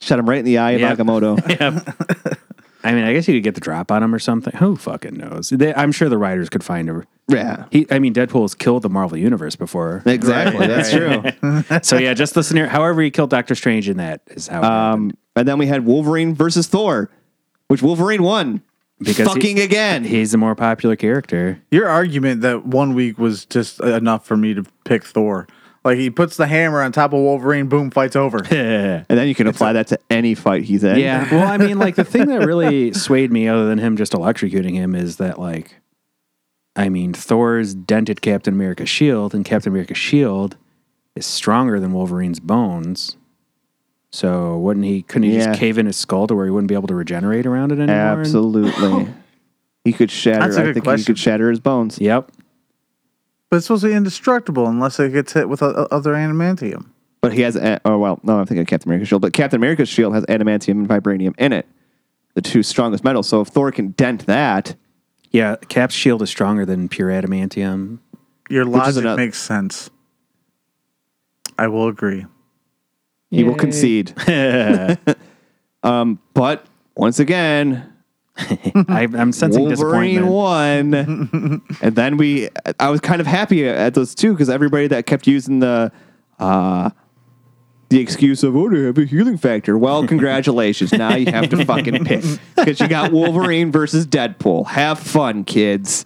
Shot him right in the eye,
Yep.
Nakamoto.
I mean, I guess you could get the drop on him or something. Who fucking knows? They, I'm sure the writers could find a.
yeah,
He, I mean, Deadpool's killed the Marvel Universe before.
exactly. That's true.
so yeah, just the scenario. However, he killed Doctor Strange in that is how. it
Um, And then we had Wolverine versus Thor, which Wolverine won.
Because he-
fucking again.
Um, He's the more popular character.
Your argument that one week was just enough for me to pick Thor. Like he puts the hammer on top of Wolverine, boom, fight's over.
yeah.
and then you can apply that to any fight he's in.
Well, I mean, like the thing that really swayed me, other than him just electrocuting him, is that like, I mean, Thor's dented Captain America's shield, and Captain America's shield is stronger than Wolverine's bones. So wouldn't he? Couldn't he
Yeah.
just cave in his skull to where he wouldn't be able to regenerate around it anymore? And-
Absolutely. he could shatter.
That's a
I
good
think he
question.
could shatter his bones.
Yep.
But it's supposed to be indestructible unless it gets hit with o- other adamantium.
But he has, a- oh, well, no, I'm thinking of Captain America's shield. But Captain America's shield has adamantium and vibranium in it, the two strongest metals. So if Thor can dent that,
Yeah. Cap's shield is stronger than pure adamantium.
Your
is
logic
another-
makes sense. I will agree.
he will concede. um, but once again,
I, I'm sensing
Wolverine
disappointment.
won. and then we, I was kind of happy at those two because everybody that kept using the, uh, the excuse of oh, they have a healing factor. Well, congratulations. now you have to fucking pick because you got Wolverine versus Deadpool. Have fun, kids.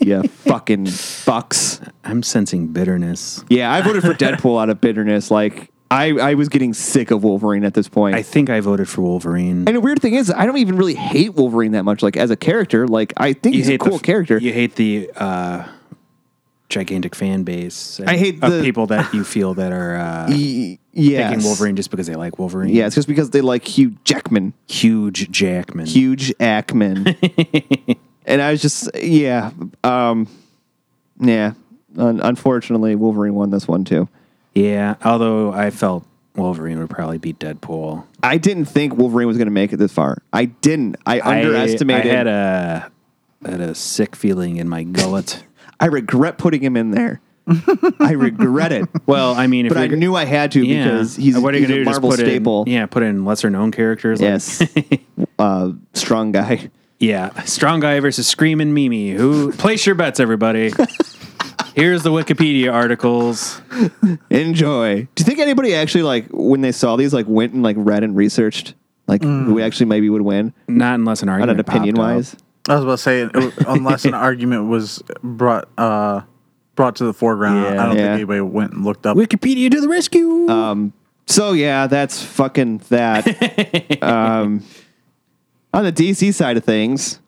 you fucking fucks.
I'm sensing bitterness.
Yeah, I voted for Deadpool out of bitterness. Like I, I was getting sick of Wolverine at this point.
I think I voted for Wolverine.
and the weird thing is, I don't even really hate Wolverine that much. Like as a character, like I think he's a cool
the, f-
character.
You hate the uh, gigantic fan base. and-
I hate
of
the-
people that you feel that are uh,
Y- yes.
picking Wolverine just because they like Wolverine.
Yeah, it's just because they like Hugh Jackman.
huge Jackman.
Huge Ackman. and I was just, yeah. Um, yeah. Un- unfortunately, Wolverine won this one too.
Yeah, although I felt Wolverine would probably beat Deadpool.
I didn't think Wolverine was going to make it this far. I didn't. I
I-
underestimated.
I
I,
had a I had a sick feeling in my gullet.
regret putting him in there. I regret it.
well, I mean, if
But I
you're-
knew I had to
yeah.
because he's,
what are you
he's
gonna
a
do? Just
Marvel
put in-
staple.
yeah, put in lesser known characters. like-
Yes. uh, strong guy.
Yeah, strong guy versus screaming Mimi. Who place your bets, everybody? Here's the Wikipedia articles.
Enjoy. Do you think anybody actually like when they saw these like went and like read and researched like
Mm.
who actually maybe would win
Not unless an
on
argument.
an opinion
popped up.
wise?
I was about to say, it- unless an argument was brought uh, brought to the foreground,
Yeah.
I don't
Yeah.
think anybody went and looked up.
Wikipedia to the rescue.
Um, So yeah, that's fucking that. um, on the DC side of things,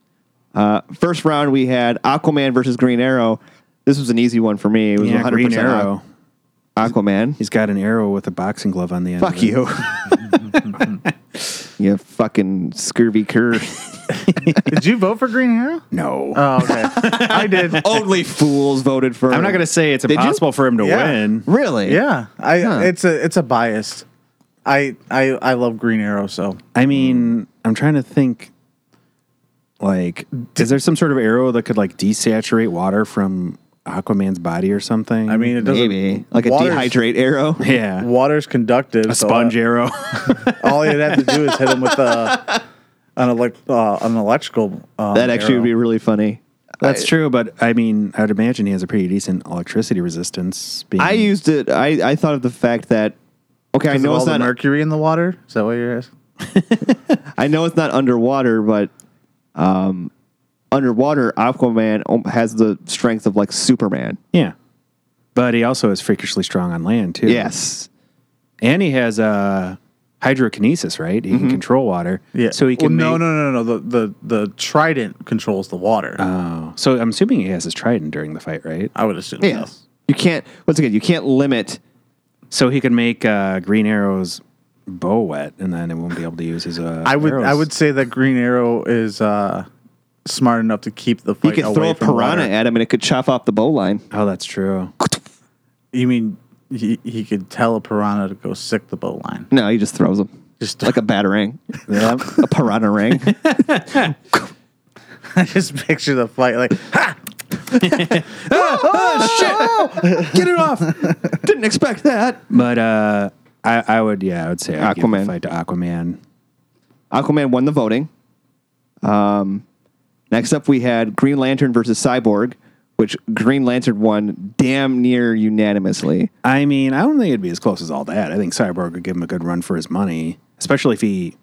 uh, first round we had Aquaman versus Green Arrow. This was an easy one for me. It was
yeah,
100%
Green Arrow.
Aqu- Aquaman.
He's got an arrow with a boxing glove on the end.
Fuck
of it.
you. you fucking scurvy cur.
Did you vote for Green Arrow?
No,
Um,
Oh, okay. I did.
Only fools voted for.
I'm not gonna say it's
you?
impossible for him to
Yeah.
win.
Really?
Yeah, I
Huh.
it's a it's a bias. I I I love Green Arrow, so
I mean, I'm trying to think. Like, is there some sort of arrow that could like desaturate water from Aquaman's body or something?
I mean it doesn't
Maybe like a
water's-
dehydrate arrow.
yeah,
Water's conductive. uh,
a sponge arrow.
all you'd have to do is hit him with a an elect uh, an electrical. Um,
That actually would be really funny.
That's true, but I mean, I would imagine he has a pretty decent electricity resistance. Being,
I used it. I, I thought of the fact that okay, I
Mm-hmm. I know
know
all
it's
the
not
mercury in the water. Is that what you're asking?
I know it's not underwater, but um, underwater Aquaman um, has the strength of like Superman.
yeah, but he also is freakishly strong on land too.
Yes,
and he has uh, hydrokinesis, right? He can control water.
Yeah.
so he can.
Well,
make-
no, no, no, no. The the the trident controls the water.
Oh, so I'm assuming he has his trident during the fight, right?
I would assume.
yes. You can't. Once again, you can't limit.
So he could make uh, Green Arrow's bow wet, and then it won't be able to use his. Uh,
I would I
arrows.
would say that Green Arrow is uh, smart enough to keep the
You
fight
could
away
throw a
from
piranha
water.
at him, and it could chop off the bowline.
Oh, that's true.
You mean he, he could tell a piranha to go sick the bow line?
No, he just throws them
Just
like a batarang,
Yep.
a piranha ring.
I just picture the fight like ha
Get it off! Didn't expect that.
but uh, I, I would, yeah, I would say I'd give the
Aquaman.
fight to Aquaman.
Aquaman won the voting. Um, next up, we had Green Lantern versus Cyborg, which Green Lantern won damn near unanimously.
I mean, I don't think it'd be as close as all that. I think Cyborg would give him a good run for his money. especially if he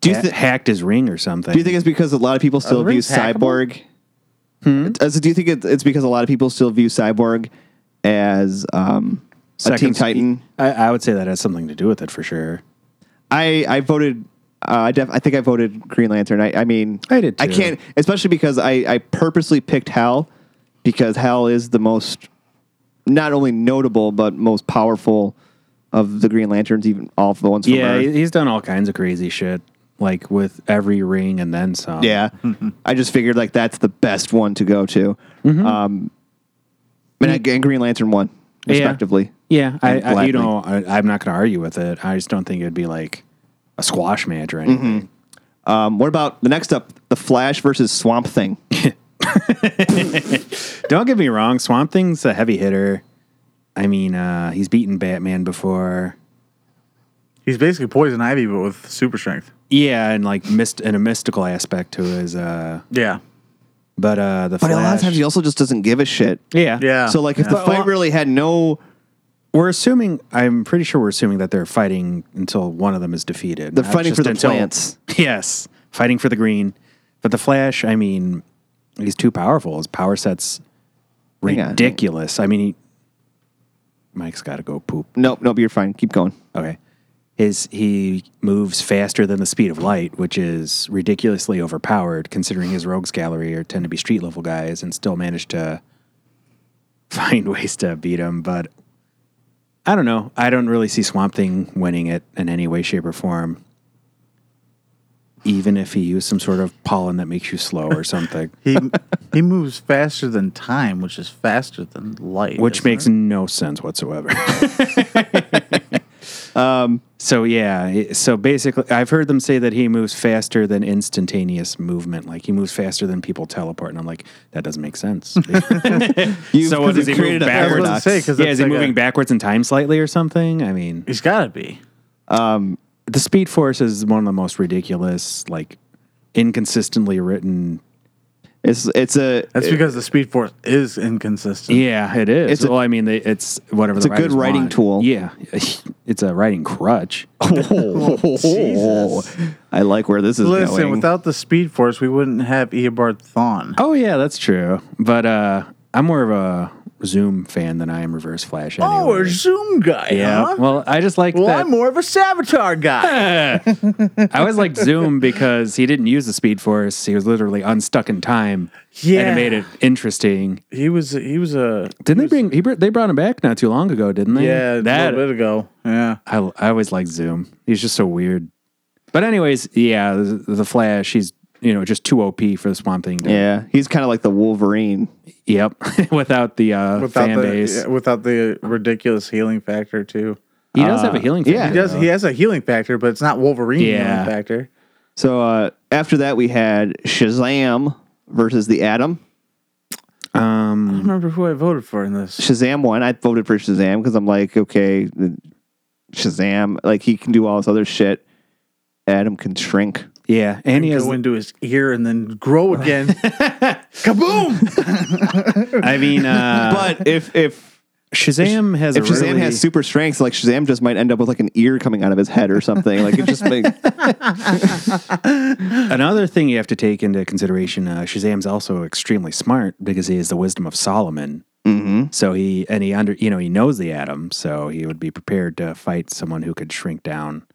Do you
ha-
thi-
hacked his ring or something.
Do you think it's because a lot of people still
the
view
rings hackable?
Cyborg? As, do you think it, it's because a lot of people still view Cyborg as um, a
Second
Teen Titan?
I, I would say that has something to do with it for sure.
I I voted. Uh, I def- I think I voted Green Lantern. I, I mean,
I did
I
too.
can't, especially because I I purposely picked Hal because Hal is the most not only notable but most powerful of the Green Lanterns, even all of the ones. From
Yeah,
Earth.
he- he's done all kinds of crazy shit, like with every ring and then some.
Yeah. I just figured like that's the best one to go to.
Mm-hmm.
Um, and, I- and Green Lantern won, respectively.
Yeah, I,
And
I
gladly.
you know I, I'm not going to argue with it. I just don't think it'd be like a squash match or anything.
Um, what about the next up, the Flash versus Swamp Thing?
Don't get me wrong, Swamp Thing's a heavy hitter. I mean, uh, he's beaten Batman before.
He's basically poison ivy, but with super strength.
Yeah, and like mist and a mystical aspect to his. Uh,
Yeah,
but uh, the
But a lot of
Flash-
times he also just doesn't give a shit.
yeah
Yeah.
So like if
Yeah.
the
But
fight
well-
really had no,
We're assuming. I'm pretty sure we're assuming that they're fighting until one of them is defeated.
They're
not
fighting for
just
the
until-
plants.
Yes, fighting for the green. But the Flash, I mean, he's too powerful. His power set's
Hang on.
ridiculous. I mean, he, Mike's got to go poop.
nope, nope, you're fine. Keep going.
Okay. His he moves faster than the speed of light, which is ridiculously overpowered considering his rogues gallery are tend to be street level guys and still manage to find ways to beat him. But I don't know. I don't really see Swamp Thing winning it in any way, shape, or form. Even if he used some sort of pollen that makes you slow or something,
he he moves faster than time, which is faster than light,
which
isn't
makes
it?
no sense whatsoever. um, so yeah, it- so basically, I've heard them say that he moves faster than instantaneous movement. Like he moves faster than people teleport, and I'm like, that doesn't make sense.
You've-
so what
'cause
does he
you've
move
created a paradox.
backwards?
I was gonna say, 'cause
yeah,
it's
is he
like
moving
a-
backwards in time slightly or something? I mean,
he's got to be.
the Speed Force is one of the most ridiculous, like inconsistently written.
It's it's a
That's because the Speed Force is inconsistent.
Yeah, it is.
It's a-
well, I mean, they, it's whatever.
It's
the
a good
writers
writing
want.
tool.
Yeah, it's a writing crutch.
Oh,
Jesus.
I like where this is
Listen,
going.
without the Speed Force, we wouldn't have Eobard Thawne.
Oh yeah, that's true. But uh, I'm more of a Zoom fan than I am Reverse Flash. Anyway.
a Zoom guy,
yeah. Well, I just like that.
more of a Savitar guy.
I always liked Zoom because he didn't use the Speed Force. He was literally unstuck in time.
Yeah.
and it made it interesting.
he was he was a
Didn't they bring? He br- they brought him back not too long ago, didn't they?
yeah a
that
little bit ago. Yeah,
I, I always liked Zoom. He's just so weird. But anyways, yeah, the, the Flash. He's you know just too op for the Swamp Thing. to-
yeah, he's kind of like the Wolverine.
Yep. Without the uh,
without
fan
the
base,
yeah, without the ridiculous healing factor too.
he does have a healing.
yeah.
factor,
Uh, He does.
though.
He has a healing factor, but it's not Wolverine
Yeah.
healing factor.
So uh, after that, we had Shazam versus the Atom.
I
Um,
don't remember who I voted for in this.
Shazam won. I voted for Shazam because I'm like, okay, the- Shazam, like he can do all this other shit. Adam can shrink.
Yeah, and he has.
Go into his ear and then grow again. Kaboom!
I mean, uh,
But if if
Shazam has.
if
a
Shazam
really-
has super strength, like Shazam just might end up with like an ear coming out of his head or something. Like it just makes
another thing you have to take into consideration, uh, Shazam's also extremely smart because he has the wisdom of Solomon. Mm-hmm. So he and he under you know he knows the atom, so he would be prepared to fight someone who could shrink down,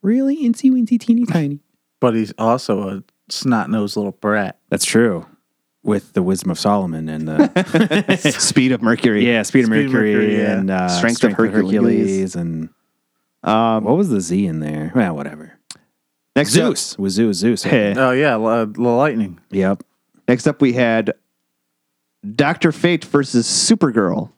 really incy wincy teeny tiny.
but he's also a snot nosed little brat.
That's true, with the wisdom of Solomon and the
speed of Mercury.
yeah speed of
Speed of
Mercury,
Mercury, yeah.
and uh,
Strength of Hercules.
and what was the Z in there? Well, whatever.
Next up-
Zeus was Zeus Zeus. I think.
Heh.
Oh yeah, li- the lightning.
Yep.
Next up, we had Doctor Fate versus Supergirl.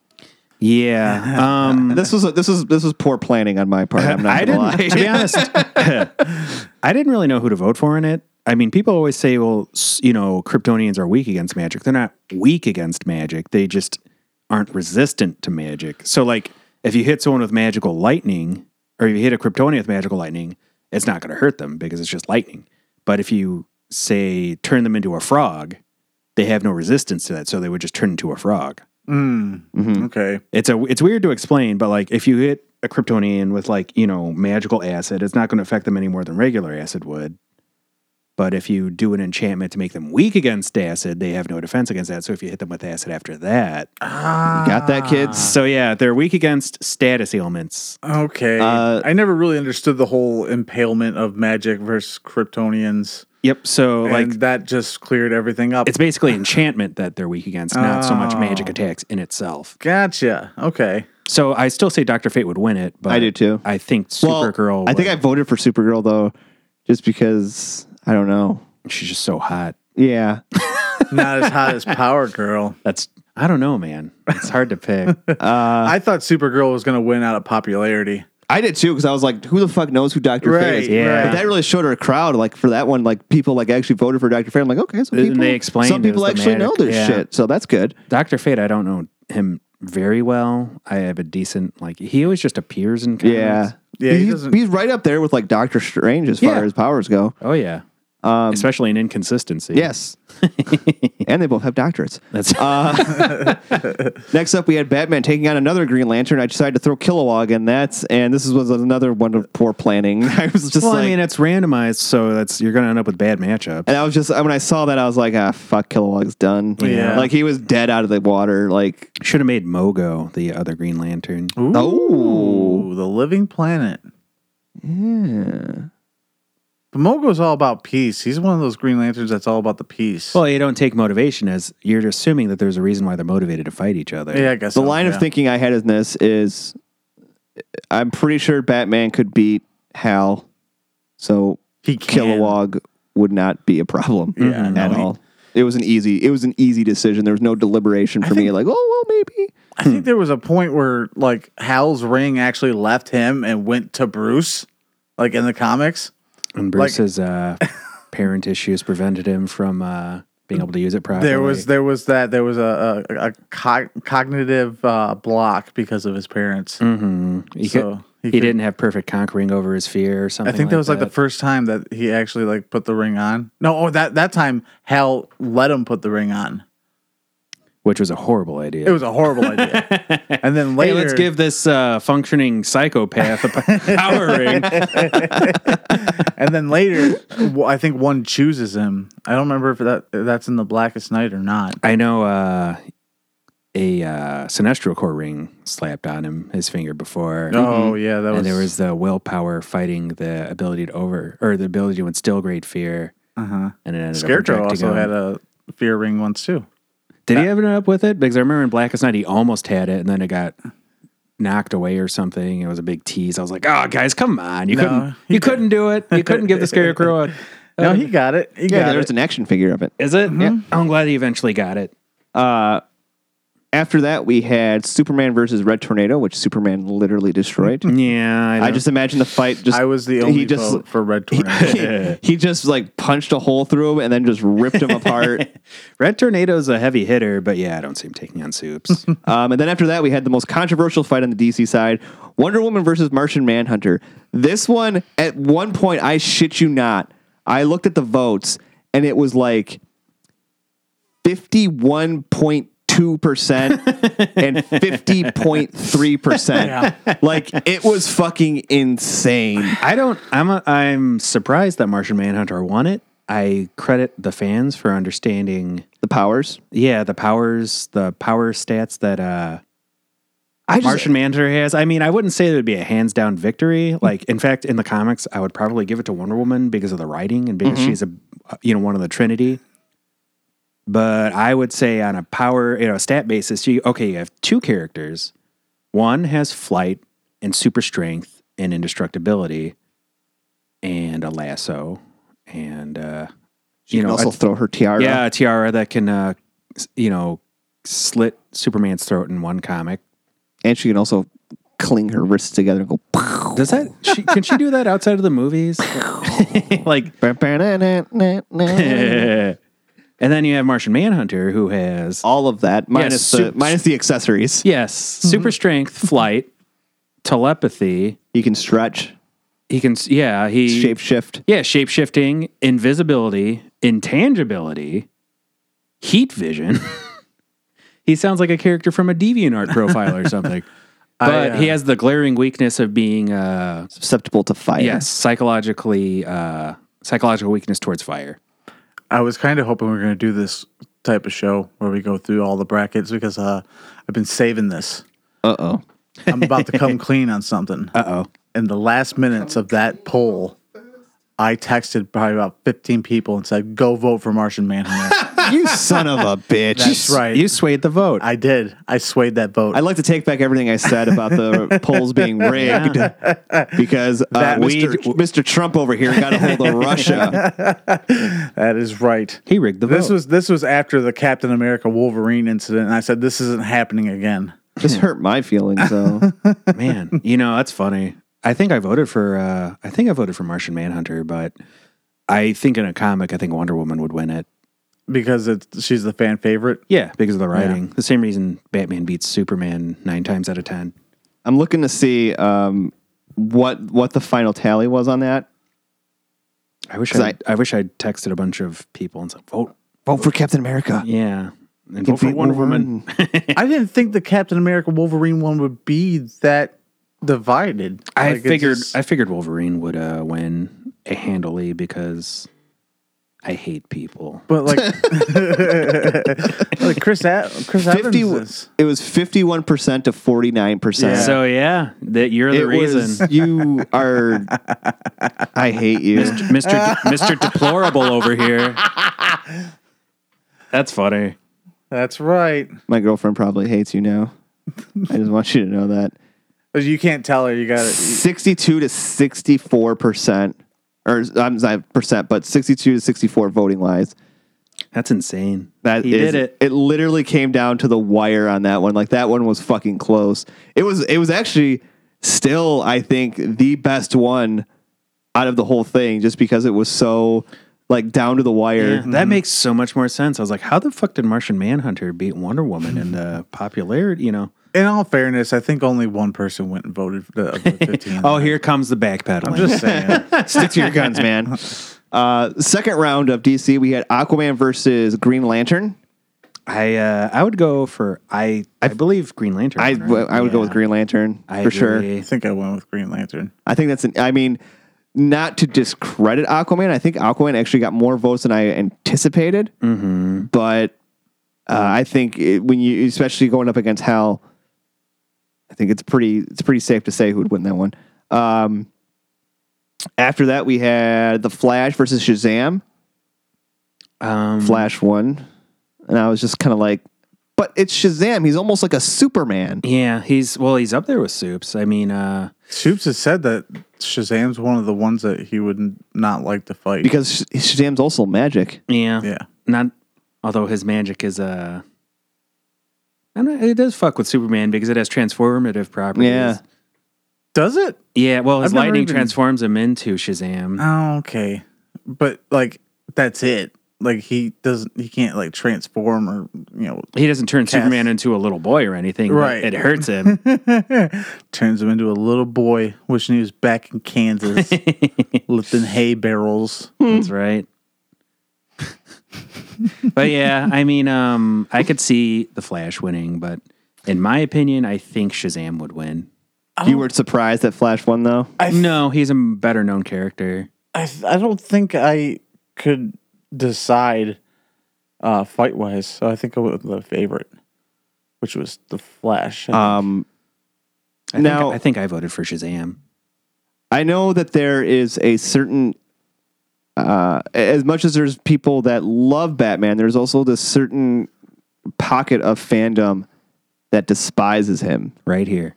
Yeah. Um,
This was a, this was this was poor planning on my part. I'm not
I
gonna lie.
didn't. To be honest, I didn't really know who to vote for in it. I mean, people always say, "Well, s- you know, Kryptonians are weak against magic." They're not weak against magic. They just aren't resistant to magic. So, like, if you hit someone with magical lightning, or if you hit a Kryptonian with magical lightning, it's not going to hurt them because it's just lightning. But if you say turn them into a frog, they have no resistance to that, so they would just turn into a frog
Okay.
it's a it's weird to explain, but like if you hit a Kryptonian with like you know magical acid, it's not going to affect them any more than regular acid would. But if you do an enchantment to make them weak against acid, they have no defense against that. So if you hit them with acid after that,
Ah. Got that, kids?
so yeah, they're weak against status ailments.
Okay.
Uh,
I never really understood the whole impalement of magic versus Kryptonians.
Yep. So like
and that just cleared everything up.
it's basically enchantment that they're weak against, not so
Ah.
much
Oh.
magic attacks in itself.
gotcha. Okay.
So I still say Doctor Fate would win it, but
I do too.
I think
Well,
Supergirl.
I think I
would.
voted for Supergirl though, just because I don't know.
she's just so hot.
Yeah.
Not as hot as Power Girl.
That's I don't know, man. It's hard to pick.
Uh,
I thought Supergirl was going to win out of popularity.
I did too because I was like, "Who the fuck knows who Doctor Fate is?"
Right,
yeah.
But that really showed her a crowd. Like for that one, like people like actually voted for Doctor Fate. I'm like, okay, so
And
people,
they explained
some
it was
people
the
actually know
manic-
this
yeah.
shit, so that's good.
Doctor Fate. I don't know him very well. I have a decent like. He always just appears in. Comics.
Yeah,
Yeah, he
he's,
doesn't-
he's right up there with like Doctor Strange as far
Yeah.
as powers go.
Oh yeah. Especially in inconsistency.
Yes, and they both have doctorates.
That's
Next up, we had Batman taking on another Green Lantern. I decided to throw Kilowog in that, and this was another one of poor planning. I was just
well.
like,
I mean, it's randomized, so that's you're going to end up with bad matchups.
and I was just when I saw that, I was like, ah, fuck, Kilowog's done.
Yeah.
like he was dead out of the water. Like,
Should have made Mogo the other Green Lantern.
Ooh,
Oh.
the living planet. Yeah. But Mogo's all about peace. He's one of those Green Lanterns that's all about the peace.
Well, you don't take motivation as you're assuming that there's a reason why they're motivated to fight each other.
yeah, I guess
the
so,
line
yeah.
of thinking I had in this is, I'm pretty sure Batman could beat Hal, so
He can.
Kilowog would not be a problem
Yeah, no,
at
he-
all. It was an easy. It was an easy decision. There was no deliberation for me. Like, oh well, maybe.
I
Hmm.
think there was a point where like Hal's ring actually left him and went to Bruce, like in the comics.
And Bruce's uh, parent issues prevented him from uh, being able to use it properly.
There was there was that there was a a, a co- cognitive uh, block because of his parents.
Mm-hmm. he,
so
could-
he
he,
could-
didn't have perfect conquering over his fear or
I
something.
think that was like the first time that he actually like put the ring on. No, oh that that time Hal let him put the ring on.
which was a horrible idea.
It was a horrible idea. And then
hey,
later,
let's give this uh, functioning psychopath a p- power ring.
and then later, w- I think one chooses him. I don't remember if that if that's in the Blackest Night or not.
I know uh, a uh, Sinestro Core ring slapped on him his finger before.
Oh yeah, that was
and there was the willpower fighting the ability to over or the ability to instill great fear.
Uh-huh.
And it ended
Scarecrow
up projecting
also
him.
had a fear ring once too.
Did he ever end up with it? Because I remember in Blackest Night he almost had it, and then it got knocked away or something. It was a big tease. I was like, "Oh, guys, come on! You
No,
couldn't,
he
you couldn't do it. You couldn't give the Scarecrow." A,
No, he got it. He
Uh, Yeah,
got
there's
it.
an action figure of it.
is it? Yeah.
Mm-hmm.
I'm glad he eventually got it.
After that, we had Superman versus Red Tornado, which Superman literally destroyed.
Yeah,
I just imagine the fight. Just
Mm-hmm. I was the only
He just
vote for Red Tornado.
he, he just like punched a hole through him and then just ripped him apart.
Red Tornado's a heavy hitter, but yeah, I don't see him taking on Soups.
Um, and then after that, we had the most controversial fight on the DC side: Wonder Woman versus Martian Manhunter. This one, at one point, I shit you not, I looked at the votes and it was like fifty-one point two percent and 50.3%. Like it was fucking insane.
I don't. I'm a, I'm surprised that Martian Manhunter won it. I credit the fans for understanding.
The powers.
Yeah, the powers, the power stats that uh,
I just,
Martian Manhunter has. I mean, I wouldn't say it would be a hands down victory. Like, in fact, in the comics, I would probably give it to Wonder Woman because of the writing and
Mm-hmm.
because she's a, uh, you know, one of the Trinity. But I would say on a power, you know, stat basis, you okay, you have two characters. One has flight and super strength and indestructibility, and a lasso, and uh, you
you
know,
can also
a-
throw her tiara.
yeah, a tiara that can, uh, s- you know, slit Superman's throat in one comic.
And she can also cling her wrists together and go.
Does that she, can she do that outside of the movies? like, eh. and then you have Martian Manhunter who has
All of that minus
sup-
the minus the accessories.
yes super strength, flight, telepathy.
You can stretch,
He can s- yeah he
shapeshift.
yeah shape shifting, invisibility, intangibility, heat vision. he sounds like a character from a DeviantArt profile or something. But
I, uh,
he has the glaring weakness of being, uh,
Susceptible to fire.
yes, psychologically, uh, psychological weakness towards fire.
I was kind of hoping we were going to do this type of show where we go through all the brackets because uh, I've been saving this.
Uh oh.
I'm about to come clean on something.
Uh oh.
In the last minutes of that poll, I texted probably about 15 people and said, "Go vote for Martian Manhunter."
you son of a bitch.
That's right.
You swayed the vote.
I did. I swayed that vote.
I'd like to take back everything I said about the polls being rigged because uh,
we-
Mr. Mr. Trump over here got a hold of Russia.
that is right. Oh.
he rigged the vote.
This was this was after the Captain America Wolverine incident, and I said this isn't happening again.
This hurt my feelings, though.
Man, you know, that's funny. I think I voted for uh I think I voted for Martian Manhunter, but I think in a comic I think Wonder Woman would win it.
because it's she's the fan favorite.
Yeah, because of the writing. The same reason Batman beats Superman 9 times out of 10.
I'm looking to see um, what what the final tally was on that.
I wish
'Cause
I, I wish I'd texted a bunch of people and said vote.
Vote for Captain America.
Yeah. And vote for Wonder Woman.
I didn't think the Captain America Wolverine one would be that divided.
I
Like, it's
figured
just-
I figured Wolverine would uh win a handily because I hate people.
but like, like Chris, a- Chris
50,
Evans. is-
it was 51% to 49%.
Yeah.
So yeah, that you're the
it
reason.
was, you are, I hate you.
Mr. De- Mr. Deplorable over here. That's funny.
That's right.
My girlfriend probably hates you now. I just want you to know that.
'Cause You can't tell her. You got it.
62 to 64 percent or i'm sorry percent but 62 to 64 voting wise
That's insane.
That
he
is-
did it.
it literally came down to the wire on that one like that one was fucking close it was it was actually still i think the best one out of the whole thing just because it was so like down to the wire
Yeah, that makes so much more sense. I was like, how the fuck did Martian Manhunter beat Wonder Woman in the popularity? You know.
In all fairness, I think only one person went and voted for the, of the 15.
Oh, here comes the backpedaling.
just saying.
stick to your guns man uh second round of dc we had aquaman versus green lantern
I uh, I would go for I I believe Green Lantern.
i
right?
i would go
Yeah.
with green lantern
I
for sure
agree.
I think I went with Green Lantern.
I think that's an. I mean, not to discredit Aquaman. I think Aquaman actually got more votes than I anticipated.
Mm-hmm.
But uh, I think it, when you, especially going up against Hal, I think it's pretty. It's pretty safe to say who would win that one. Um, after that, we had the Flash versus Shazam.
Um,
Flash won, and I was just kind of like, "But it's Shazam. He's almost like a Superman."
yeah, he's well, he's up there with Soups. I mean, uh,
Soups has said that Shazam's one of the ones that he would n- not like to fight.
Because Sh- Shazam's also magic.
yeah,
yeah.
Not, although his magic is uh, I don't know, it does fuck with Superman because it has transformative properties.
Yeah.
Does it?
Yeah, well, his
I've never
lightning
even-
transforms him into Shazam.
Oh, okay. But like that's it. Like he doesn't he can't like transform or you know
he doesn't turn Superman into a little boy or anything. but
Right.
It hurts him.
turns him into a little boy wishing he was back in Kansas lifting hay barrels.
That's right. but yeah, I mean, um, I could see the Flash winning, but in my opinion, I think Shazam would win.
You were surprised that Flash won, though.
no, he's a better known character.
I I don't think I could decide uh fight wise. So I think I went with the favorite, which was the Flash.
Um,
I think-
Now-
I think I voted for Shazam.
I know that there is a certain, uh, as much as there's people that love Batman, there's also this certain pocket of fandom that despises him.
Right here.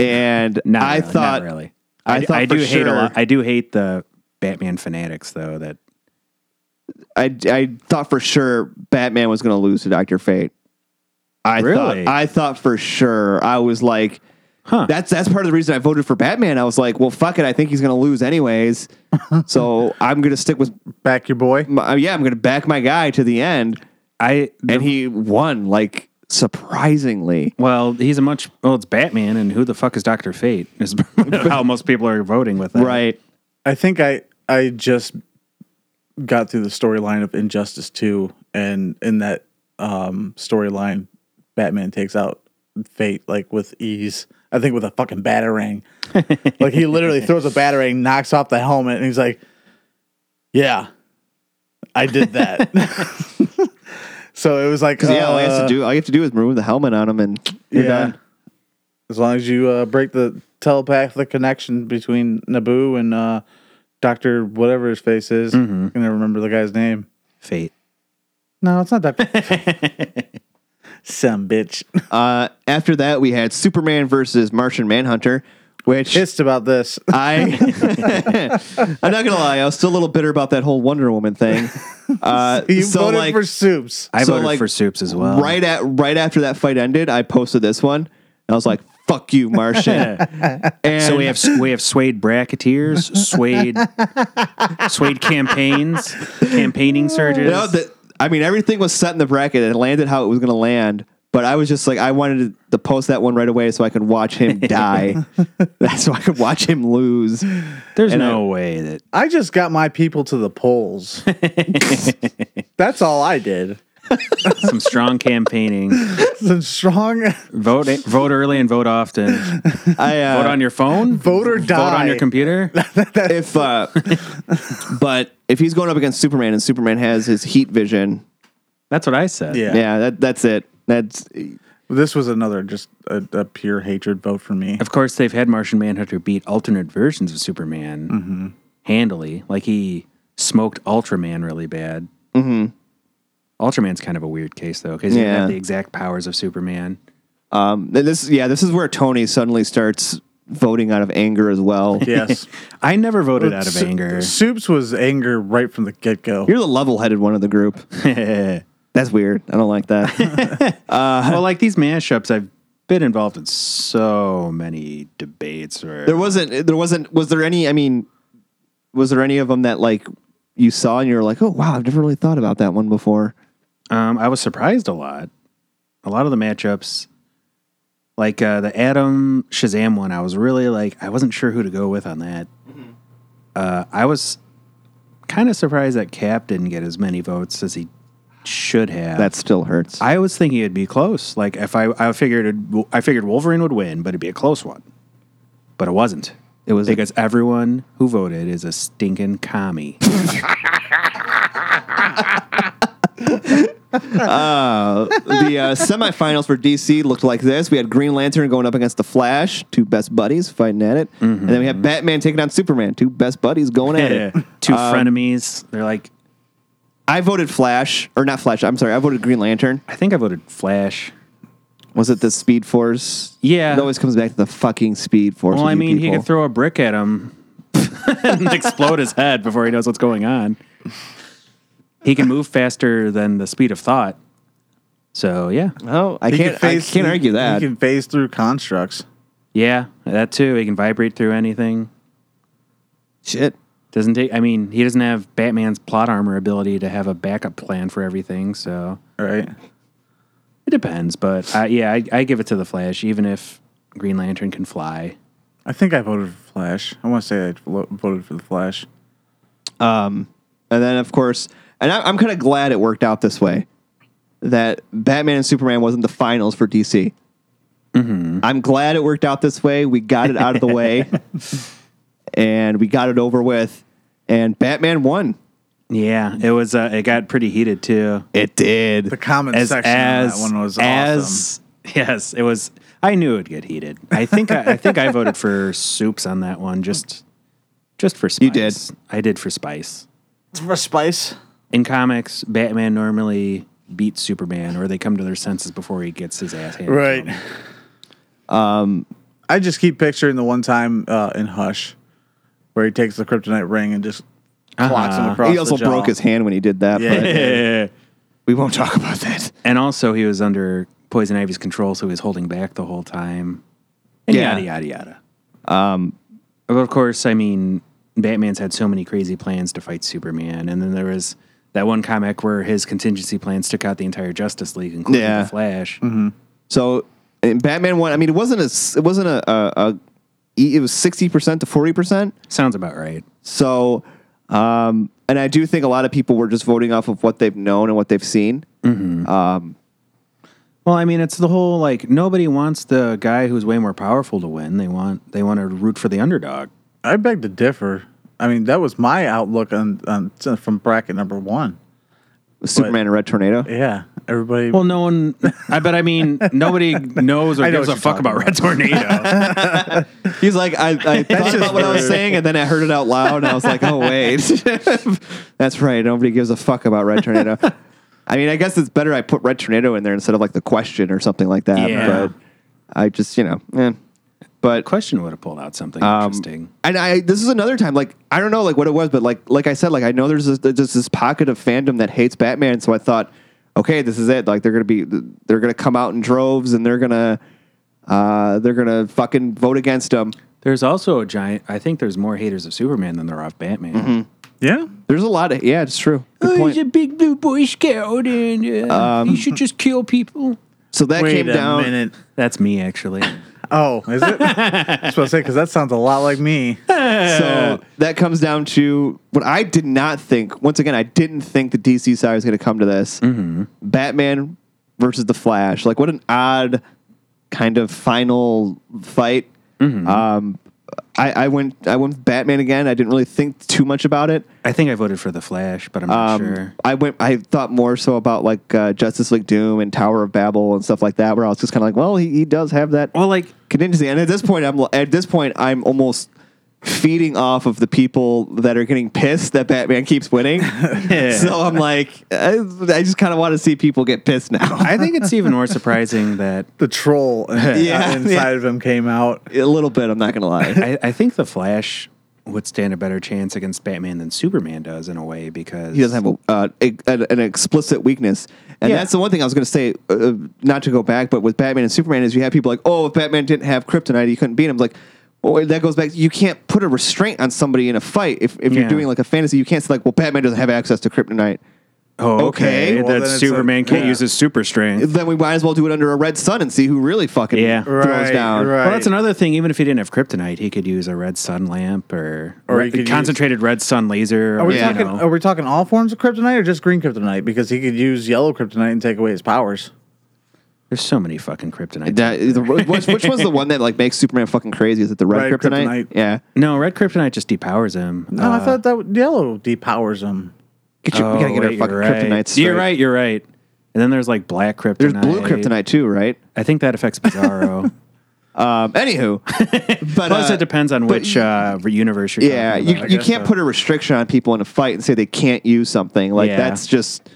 And
Not
I
really, not
thought,
really.
I
d-
thought
I do
for
hate a
sure-
lot. I do hate the Batman fanatics though. That
I, I thought for sure Batman was going to lose to Doctor Fate. I
Really?
thought, I thought for sure. I was like,
Huh.
That's that's part of the reason I voted for Batman. I was like, well, fuck it. I think he's going to lose anyways, so I'm going to stick with
back your boy.
my, uh, yeah, I'm going to back my guy to the end.
I
And he won, like, surprisingly.
Well, he's a much well. It's Batman, and who the fuck is Doctor Fate? Is how most people are voting with that.
Right.
I think I I just got through the storyline of Injustice 2 and in that um storyline Batman takes out Fate like with ease. I think with a fucking batarang. like he literally throws a batarang, knocks off the helmet, and he's like, "Yeah, I did that." so it was like,
Because yeah, all you have to
uh,
do, all you have to do is remove the helmet on him, and you're
yeah.
done.
As long as you uh, break the telepathic connection between Naboo and uh, Doctor whatever his face is, I can never remember the guy's name.
Fate.
No, it's not Doctor. Some bitch.
Uh, after that, we had Superman versus Martian Manhunter, which
Pissed about this. Uh,
I I'm not gonna lie, I was still a little bitter about that whole Wonder Woman thing. Uh,
You
so
voted
like
for soups.
I
So,
voted
like,
for soups as well.
right at right after that fight ended, I posted this one, and I was like, "Fuck you, Martian." and
So we have we have swayed bracketeers, swayed swayed campaigns, campaigning surges.
you know, the, I mean, everything was set in the bracket. It landed how it was gonna land. But I was just like, I wanted to, to post that one right away so I could watch him die. That's so I could watch him lose.
There's
and
no way that
I just got my people to the polls. That's all I did.
some strong campaigning.
Some strong
Vote vote early and vote often. Vote
I uh,
on your phone.
vote or die.
Vote on your computer.
if uh but if he's going up against Superman and Superman has his heat vision,
That's what I said.
Yeah.
yeah, that that's it. That's
This was another just a, a pure hatred vote for me.
Of course, they've had Martian Manhunter beat alternate versions of Superman handily. Like he smoked Ultraman really bad. Mm-hmm. Ultraman's kind of a weird case though, because he
Yeah.
had the exact powers of Superman.
um this yeah, this is where Tony suddenly starts voting out of anger as well.
Yes.
I never voted out of anger.
Soups was anger right from the get go.
You're the level-headed one of the group. That's weird. I don't like that.
well, like these mashups, I've been involved in so many debates. Or
there wasn't there wasn't was there any I mean was there any of them that like you saw and you were like, "Oh, wow, I've never really thought about that one before."
um, I was surprised a lot. A lot of the matchups, like uh, the Adam Shazam one, I was really like I wasn't sure who to go with on that. Uh, I was kind of surprised that Cap didn't get as many votes as he should have.
That still hurts.
I was thinking it'd be close. Like if I, I figured, it'd, I figured Wolverine would win, but it'd be a close one. But it wasn't. It was because everyone who voted is a stinking commie.
the uh, semifinals for DC looked like this. We had Green Lantern going up against the Flash, two best buddies fighting at it, and then we had Batman taking on Superman, two best buddies going at it.
Two frenemies. They're like,
I voted Flash, or not Flash. I'm sorry, I voted Green Lantern.
I think I voted Flash.
Was it the Speed Force?
Yeah.
it always comes back to the fucking Speed Force.
Well,
with
I
you
mean, he
people.
could throw a brick at him and explode his head before he knows what's going on. He can move faster than the speed of thought. So yeah,
Oh, I
He
can't. I can't
through-
argue that.
He can phase through constructs.
yeah, that too. He can vibrate through anything.
Shit.
Doesn't take. I mean, he doesn't have Batman's plot armor ability to have a backup plan for everything. So
Right.
it depends. But I, yeah, I, I give it to the Flash, even if Green Lantern can fly.
I think I voted for Flash. I want to say I lo- voted for the Flash.
And then, of course, and I, I'm kind of glad it worked out this way that Batman and Superman wasn't the finals for DC. I'm glad it worked out this way. We got it out of the way and we got it over with. And Batman won.
Yeah, it was. Uh, it got pretty heated too.
It did.
The comment section on that one was awesome.
as yes, it was. I knew it would get heated. I think I, I think I voted for Soups on that one. Just just for spice.
You did.
I did for spice.
For Spice.
In comics, Batman normally beats Superman, or they come to their senses before he gets his ass handed. to
Right.
him.
Um, I just keep picturing the one time uh, in Hush where he takes the kryptonite ring and just clocks him
Uh-huh.
across.
he also
the jaw.
broke his hand when he did that,
Yeah.
but we won't talk about that.
And also, he was under Poison Ivy's control, so he was holding back the whole time. And
Yeah.
yada, yada, yada. Um, but of course, I mean, Batman's had so many crazy plans to fight Superman. And then there was that one comic where his contingency plans took out the entire Justice League, including
Yeah.
the Flash.
Mm-hmm.
So and Batman won. I mean, it wasn't a. s- It wasn't a. a, a e, it was sixty percent to forty percent.
Sounds about right.
So, um, and I do think a lot of people were just voting off of what they've known and what they've seen.
Well, I mean, it's the whole like nobody wants the guy who's way more powerful to win. They want they want to root for the underdog.
I beg to differ. I mean, that was my outlook on, on from bracket number one.
Superman and Red Tornado.
Yeah, everybody.
Well, no one. I but I mean, nobody knows or
I know
gives
what
a
you're
fuck
talking
about Red Tornado.
He's like, I, I thought about
just
what I was
rude.
saying, and then I heard it out loud, and I was like, oh wait, that's right. Nobody gives a fuck about Red Tornado. I mean, I guess it's better I put Red Tornado in there instead of like the question or something like that.
Yeah.
But I just, you know, eh. but
Question would have pulled out something
Um,
interesting.
and I this is another time like I don't know like what it was, but like like I said, like I know there's this, there's this pocket of fandom that hates Batman, so I thought, okay, this is it. Like they're gonna be they're gonna come out in droves and they're gonna uh, they're gonna fucking vote against him.
There's also a giant. I think there's more haters of Superman than there are of Batman. Oh,
yeah,
There's a lot of yeah, it's true. Good point.
a big blue boy scout, and uh, he should just kill people.
So that
wait
came
a
down.
minute.
That's me, actually.
Oh, is it? I was about to say because that sounds a lot like me.
So that comes down to what I did not think. Once again, I didn't think the DC side was going to come to this.
Mm-hmm.
Batman versus the Flash. Like, what an odd kind of final fight.
Mm-hmm.
Um, I, I went. I went with Batman again. I didn't really think too much about it.
I think I voted for the Flash, but I'm not
Um,
sure.
I went. I thought more so about like uh, Justice League Doom and Tower of Babel and stuff like that, where I was just kind of like, well, he, he does have that
Well, like
contingency. And at this point, I'm at this point, I'm almost feeding off of the people that are getting pissed that Batman keeps winning. So I'm like, I, I just kind of want to see people get pissed now
I think it's even more surprising that
The troll in-
Yeah,
inside of him came out.
a little bit. I'm not gonna lie.
I, I think the Flash would stand a better chance against Batman than Superman does in a way because
He doesn't have a, uh, a, an, an explicit weakness, and
Yeah.
that's the one thing I was going to say. Uh, not to go back, but with Batman and Superman, is you have people like, "Oh, if Batman didn't have kryptonite, he couldn't beat him." Like, well, that goes back. You can't put a restraint on somebody in a fight. If, if
Yeah.
you're doing like a fantasy, you can't say like, "Well, Batman doesn't have access to kryptonite." okay,
Oh, okay.
well,
then
that
it's
Superman
like-
can't
yeah.
use his super strength.
then we might as well do it under a red sun and see who really fucking
Yeah.
throws
Right,
down.
right.
Well, that's another thing. Even if he didn't have kryptonite, he could use a red sun lamp or,
Or
or
he could
concentrated red sun laser.
Are we
or,
Yeah,
you
talking?
know.
Are we talking all forms of kryptonite or just green kryptonite? Because he could use yellow kryptonite and take away his powers.
There's so many fucking kryptonite.
That- the- which, which one's the one that like makes Superman fucking crazy? Is it the red,
Red
kryptonite?
kryptonite.
Yeah.
no, red kryptonite just depowers him.
No, I thought that yellow depowers him.
Get your, we gotta get our fucking
right.
kryptonite straight.
Oh, You're right. You're right. And then there's like black kryptonite.
There's blue kryptonite too, right?
I think that affects Bizarro.
Um, anywho, but
Plus,
uh,
it depends on which uh, universe you're.
Yeah,
talking
you,
about.
you can't put a restriction on people in a fight and say they can't use something. Like
Yeah.
that's just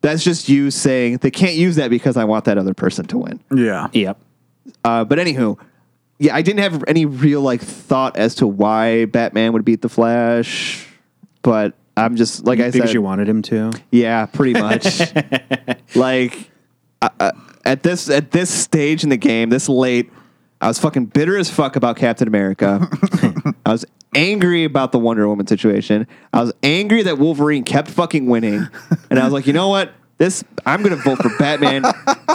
that's just you saying they can't use that because I want that other person to win.
Yeah.
Yep.
Uh, but anywho, yeah, I didn't have any real like thought as to why Batman would beat the Flash, but I'm just like I
because
said,
you wanted him to.
yeah, pretty much. like I- I- at this at this stage in the game, this late, I was fucking bitter as fuck about Captain America. I was angry about the Wonder Woman situation. I was angry that Wolverine kept fucking winning, and I was like, you know what? This I'm gonna vote for Batman.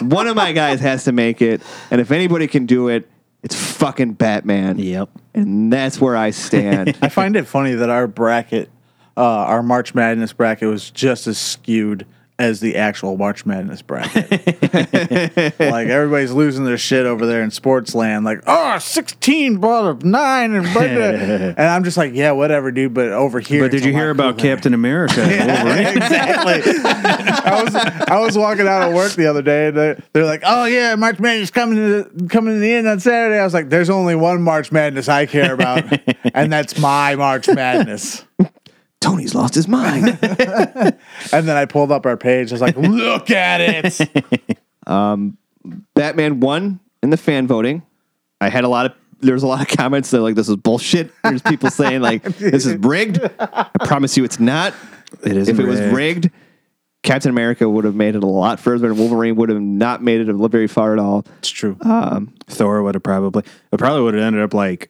One of my guys has to make it, and if anybody can do it, it's fucking Batman.
Yep.
And that's where I stand.
I find it funny that our bracket, uh, our March Madness bracket, was just as skewed as the actual March Madness bracket. like everybody's losing their shit over there in sports land. Like, oh, 16 brought up nine, and blah, blah." and I'm just like, yeah, whatever, dude. But over here,
But did
it's
you
a lot
hear about
cooler.
Captain America?
exactly. I was I was walking out of work the other day, and they're, they're like, "Oh yeah, March Madness coming to the, coming to the end on Saturday." I was like, "There's only one March Madness I care about, and that's my March Madness."
Tony's lost his mind.
And then I pulled up our page. I was like, "Look at it."
Batman won in the fan voting. I had a lot of there was a lot of comments that like this is bullshit. There's people saying like this is rigged. I promise you it's not.
It is
If it was rigged, Captain America would have made it a lot further, and Wolverine would have not made it very far at all.
It's true.
Thor would have probably it probably would have ended up like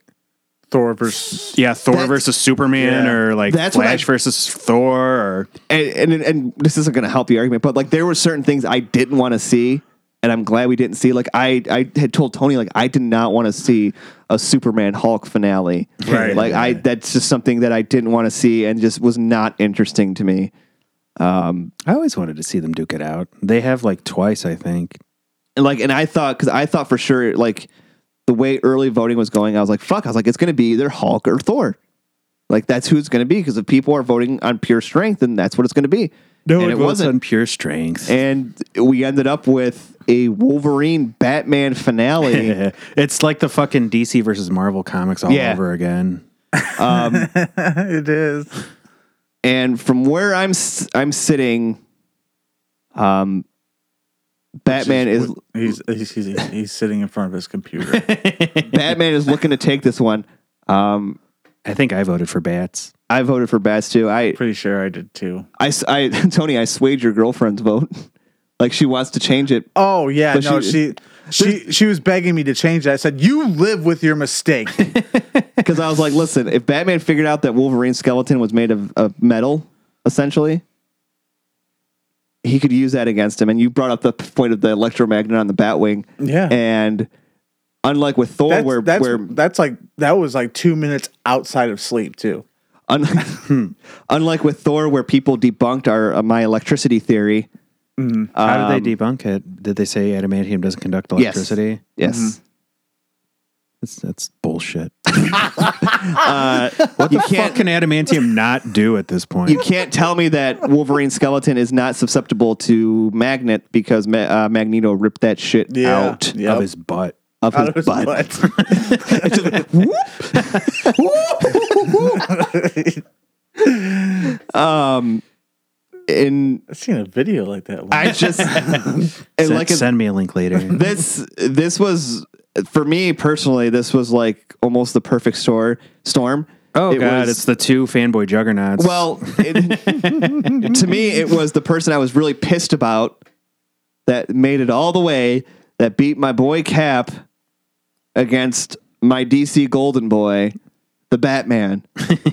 Thor versus
yeah Thor
That's-
versus Superman
Yeah.
or like
That's what
Flash
I-
versus Thor or
And and, and this isn't going to help the argument, but like there were certain things I didn't want to see, and I'm glad we didn't see. Like I I had told Tony like I did not want to see a Superman Hulk finale.
Right.
Like I that's just something that I didn't want to see, and just was not interesting to me.
I always wanted to see them duke it out. They have like twice I think.
And like, and I thought because I thought for sure like the way early voting was going, I was like, fuck. I was like, it's going to be either Hulk or Thor. Like that's who it's going to be because if people are voting on pure strength, then that's what it's going to be. and
it, was on pure strength.
and we ended up with a Wolverine Batman finale.
it's like the fucking DC versus Marvel comics all
Yeah.
over again.
it is.
and from where I'm s- I'm sitting, um, Batman is
He's he's, he's he's sitting in front of his computer.
Batman is looking to take this one. Um,
I think I voted for bats.
I voted for Bats too. I,
Pretty sure I did too.
I, s- I- Tony, I swayed your girlfriend's vote. Like she wants to change it.
Oh yeah,
But
no,
she-
she she she was begging me to change that. I said, "You live with your mistake."
Because I was like, listen, if Batman figured out that Wolverine's skeleton was made of, of metal, essentially, he could use that against him. And you brought up the point of the electromagnet on the Batwing.
Yeah.
And unlike with Thor,
That's,
where
that's
where
that's like that was like two minutes outside of sleep too. hmm.
un- unlike with Thor, where people debunked our uh, my electricity theory.
How did they debunk it? Did they say adamantium doesn't conduct
Yes.
electricity?
Yes.
Mm-hmm.
That's, that's bullshit. Uh, what the fuck can adamantium not do at this point?
you can't tell me that Wolverine's skeleton is not susceptible to magnet because Ma- uh, Magneto ripped that shit out
Yep.
Of his butt.
of his,
Out of his
butt.
butt.
And
I've seen a video like that. Once.
I just and
Send,
like
send me a link later.
this this was for me personally this was like almost the perfect store storm.
Oh
It
god,
was-
it's the two fanboy juggernauts.
well it, to me it was the person I was really pissed about that made it all the way that beat my boy Cap against my DC Golden Boy, the Batman.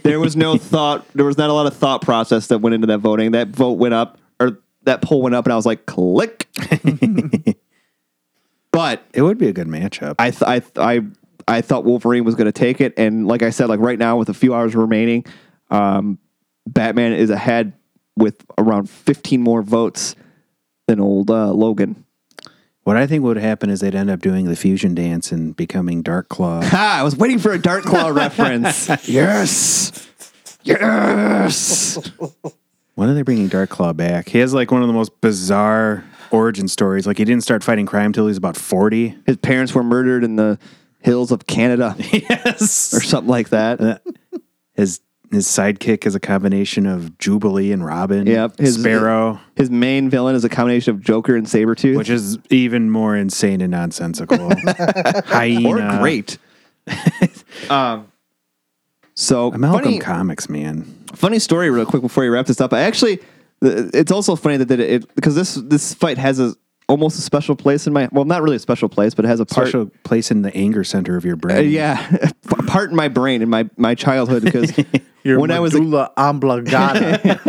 There was no thought. There was not a lot of thought process that went into that voting. That vote went up, or that poll went up, and I was like, click. but
it would be a good matchup.
I, th- I, th- I, I thought Wolverine was going to take it, and like I said, like right now with a few hours remaining, um, Batman is ahead with around 15 more votes than old uh, Logan.
what I think would happen is they'd end up doing the fusion dance and becoming Dark Claw.
Ha! I was waiting for a Dark Claw reference. Yes, yes.
When are they bringing Dark Claw back? He has like one of the most bizarre origin stories. Like he didn't start fighting crime till he was about forty.
His parents were murdered in the hills of Canada or
Yes.
something like that.
His his sidekick is a combination of Jubilee and Robin.
Yep. His-
Sparrow,
His main villain is a combination of Joker and Sabretooth.
which is even more insane and nonsensical. Hyena.
or great. um, so
Malcolm
funny,
Comics, man.
funny story, real quick before we wrap this up. I actually, th- it's also funny that that it because this this fight has a almost a special place in my well, not really a special place, but it has a part.
Special place in the anger center of your brain.
uh, yeah, a part in my brain in my my childhood because
Your
when I was a
medulla oblongata.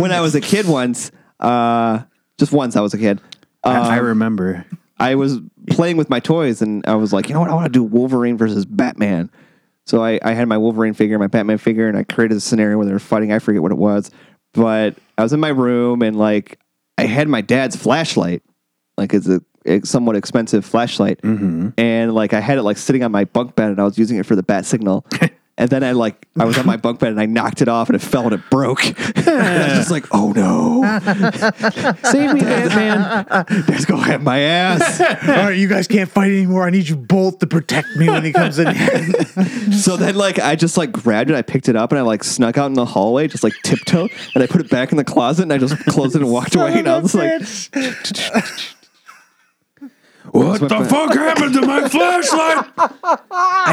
when I was a kid once, uh, just once I was a kid.
I, I remember.
I was playing with my toys and I was like, you know what? I want to do Wolverine versus Batman. So I, I had my Wolverine figure, and my Batman figure, and I created a scenario where they were fighting. I forget what it was, but I was in my room and like I had my dad's flashlight, like it's a it's somewhat expensive flashlight,
Mm-hmm.
and like I had it like sitting on my bunk bed and I was using it for the bat signal. And then I like I was on my bunk bed and I knocked it off and it fell and it broke. and I was just like, oh no,
Save me, Batman.
that's gonna have my ass.
All right, you guys can't fight anymore. I need you both to protect me when he comes in. here.
So then, like, I just like grabbed it, I picked it up, and I like snuck out in the hallway, just like tiptoe, and I put it back in the closet, and I just closed it and walked away. And I was like,
what the fuck happened to my flashlight?
I,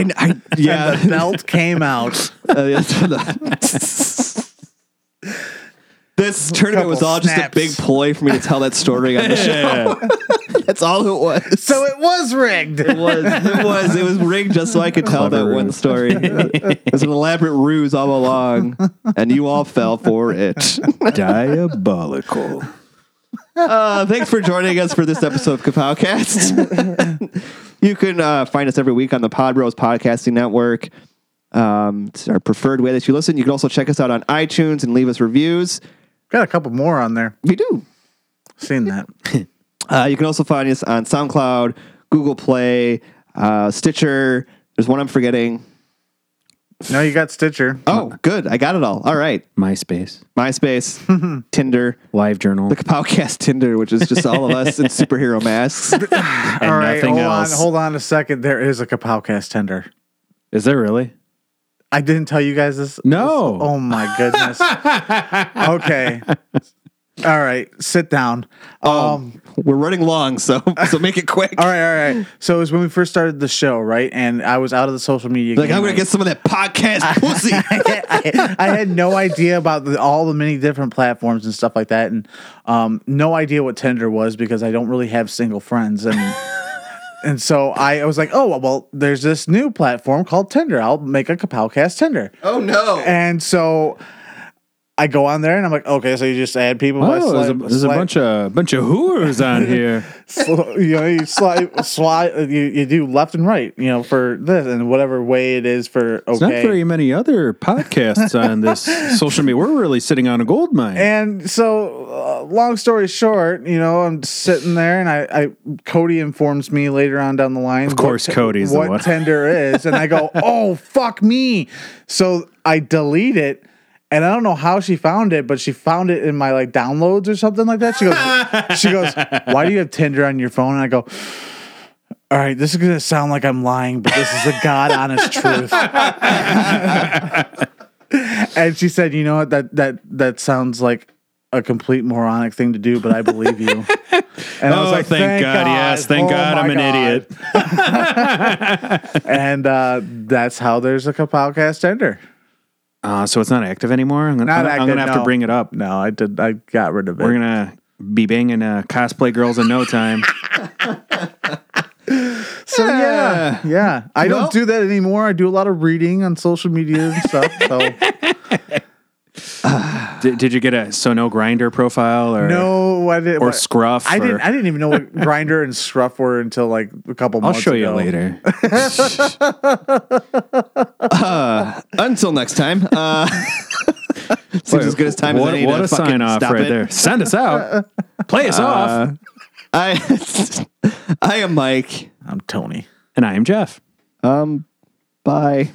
I
and
yeah.
the belt came out.
Uh, yes. this tournament was
Couple
all just a
snaps.
big ploy for me to tell that story on the show. That's all it was.
So it was rigged.
It was, it was, it was rigged just so I could tell
Clever
that one
ruse.
story. It was an elaborate ruse all along, and you all fell for it.
Diabolical.
Uh, thanks for joining us for this episode of Kapowcast. you can uh, find us every week on the Pod Bros Podcasting Network. Um, it's our preferred way that you listen. You can also check us out on iTunes and leave us reviews.
Got a couple more on there.
We do.
Seen that.
Uh, you can also find us on SoundCloud, Google Play, uh, Stitcher. There's one I'm forgetting.
No, you got Stitcher.
Oh, good. I got it all. All right.
MySpace,
MySpace, Tinder,
Live Journal.
the Kapowcast Tinder, which is just all of us in superhero masks.
All right,
nothing
hold
else.
on, hold on a second. There is a Kapowcast tender.
Is there really?
I didn't tell you guys this.
No.
this- oh my goodness. okay. All right. Sit down. um
We're running long, so so make it quick.
All right, all right. So it was when we first started the show, right? And I was out of the social media.
Like
game.
I'm gonna get some of that podcast pussy.
I, I had no idea about the, all the many different platforms and stuff like that, and um, no idea what Tinder was because I don't really have single friends, and and so I, I was like, oh well, there's this new platform called Tinder. I'll make a Kapowcast Tinder,
oh no!
and so. I go on there and I'm like, okay, so you just add people. I
Oh, there's a,
swipe-
there's a
swipe-
bunch of bunch of hooers on here.
Sl- you know, you slide, slide, you, you do left and right, you know, for this and whatever way it is for okay.
There's not very many other podcasts on this social media. We're really sitting on a gold mine.
and so, uh, long story short, you know, I'm sitting there, and I, I Cody informs me later on down the line. Of
course Cody's the
what
one.
Tinder is, and I go, oh fuck me. So I delete it. And I don't know how she found it, but she found it in my like downloads or something like that. She goes, she goes, why do you have Tinder on your phone? And I go, all right, this is gonna sound like I'm lying, but this is a god honest truth. and she said, "You know what? That that that sounds like a complete moronic thing to do, but I believe you." And I
Oh, thank God, yes, thank God,
Oh
I'm
my
an idiot.
and uh, that's how there's like a podcast ender.
Uh, so it's not active anymore. I'm gonna,
Not
I'm, I'm
active,
gonna have to
no.
bring it up.
No, I did. I got rid of it.
We're gonna be banging uh, cosplay girls in no time.
so yeah, yeah. I
Well-
don't do that anymore. I do a lot of reading on social media and stuff. So.
did, did you get a so no grinder profile or
No, I didn't.
or
what-
scruff?
I
or,
didn't. I didn't even know what grinder and scruff were until like a couple.
I'll
months
show you
ago.
later.
Uh, Until next time. Uh, seems as good as time
what,
as any
what
to
a
fucking
sign off
stop
right
it. Uh,
there. Send us out. Play us off.
I I am Mike.
I'm Tony.
And I am Jeff.
Um, bye.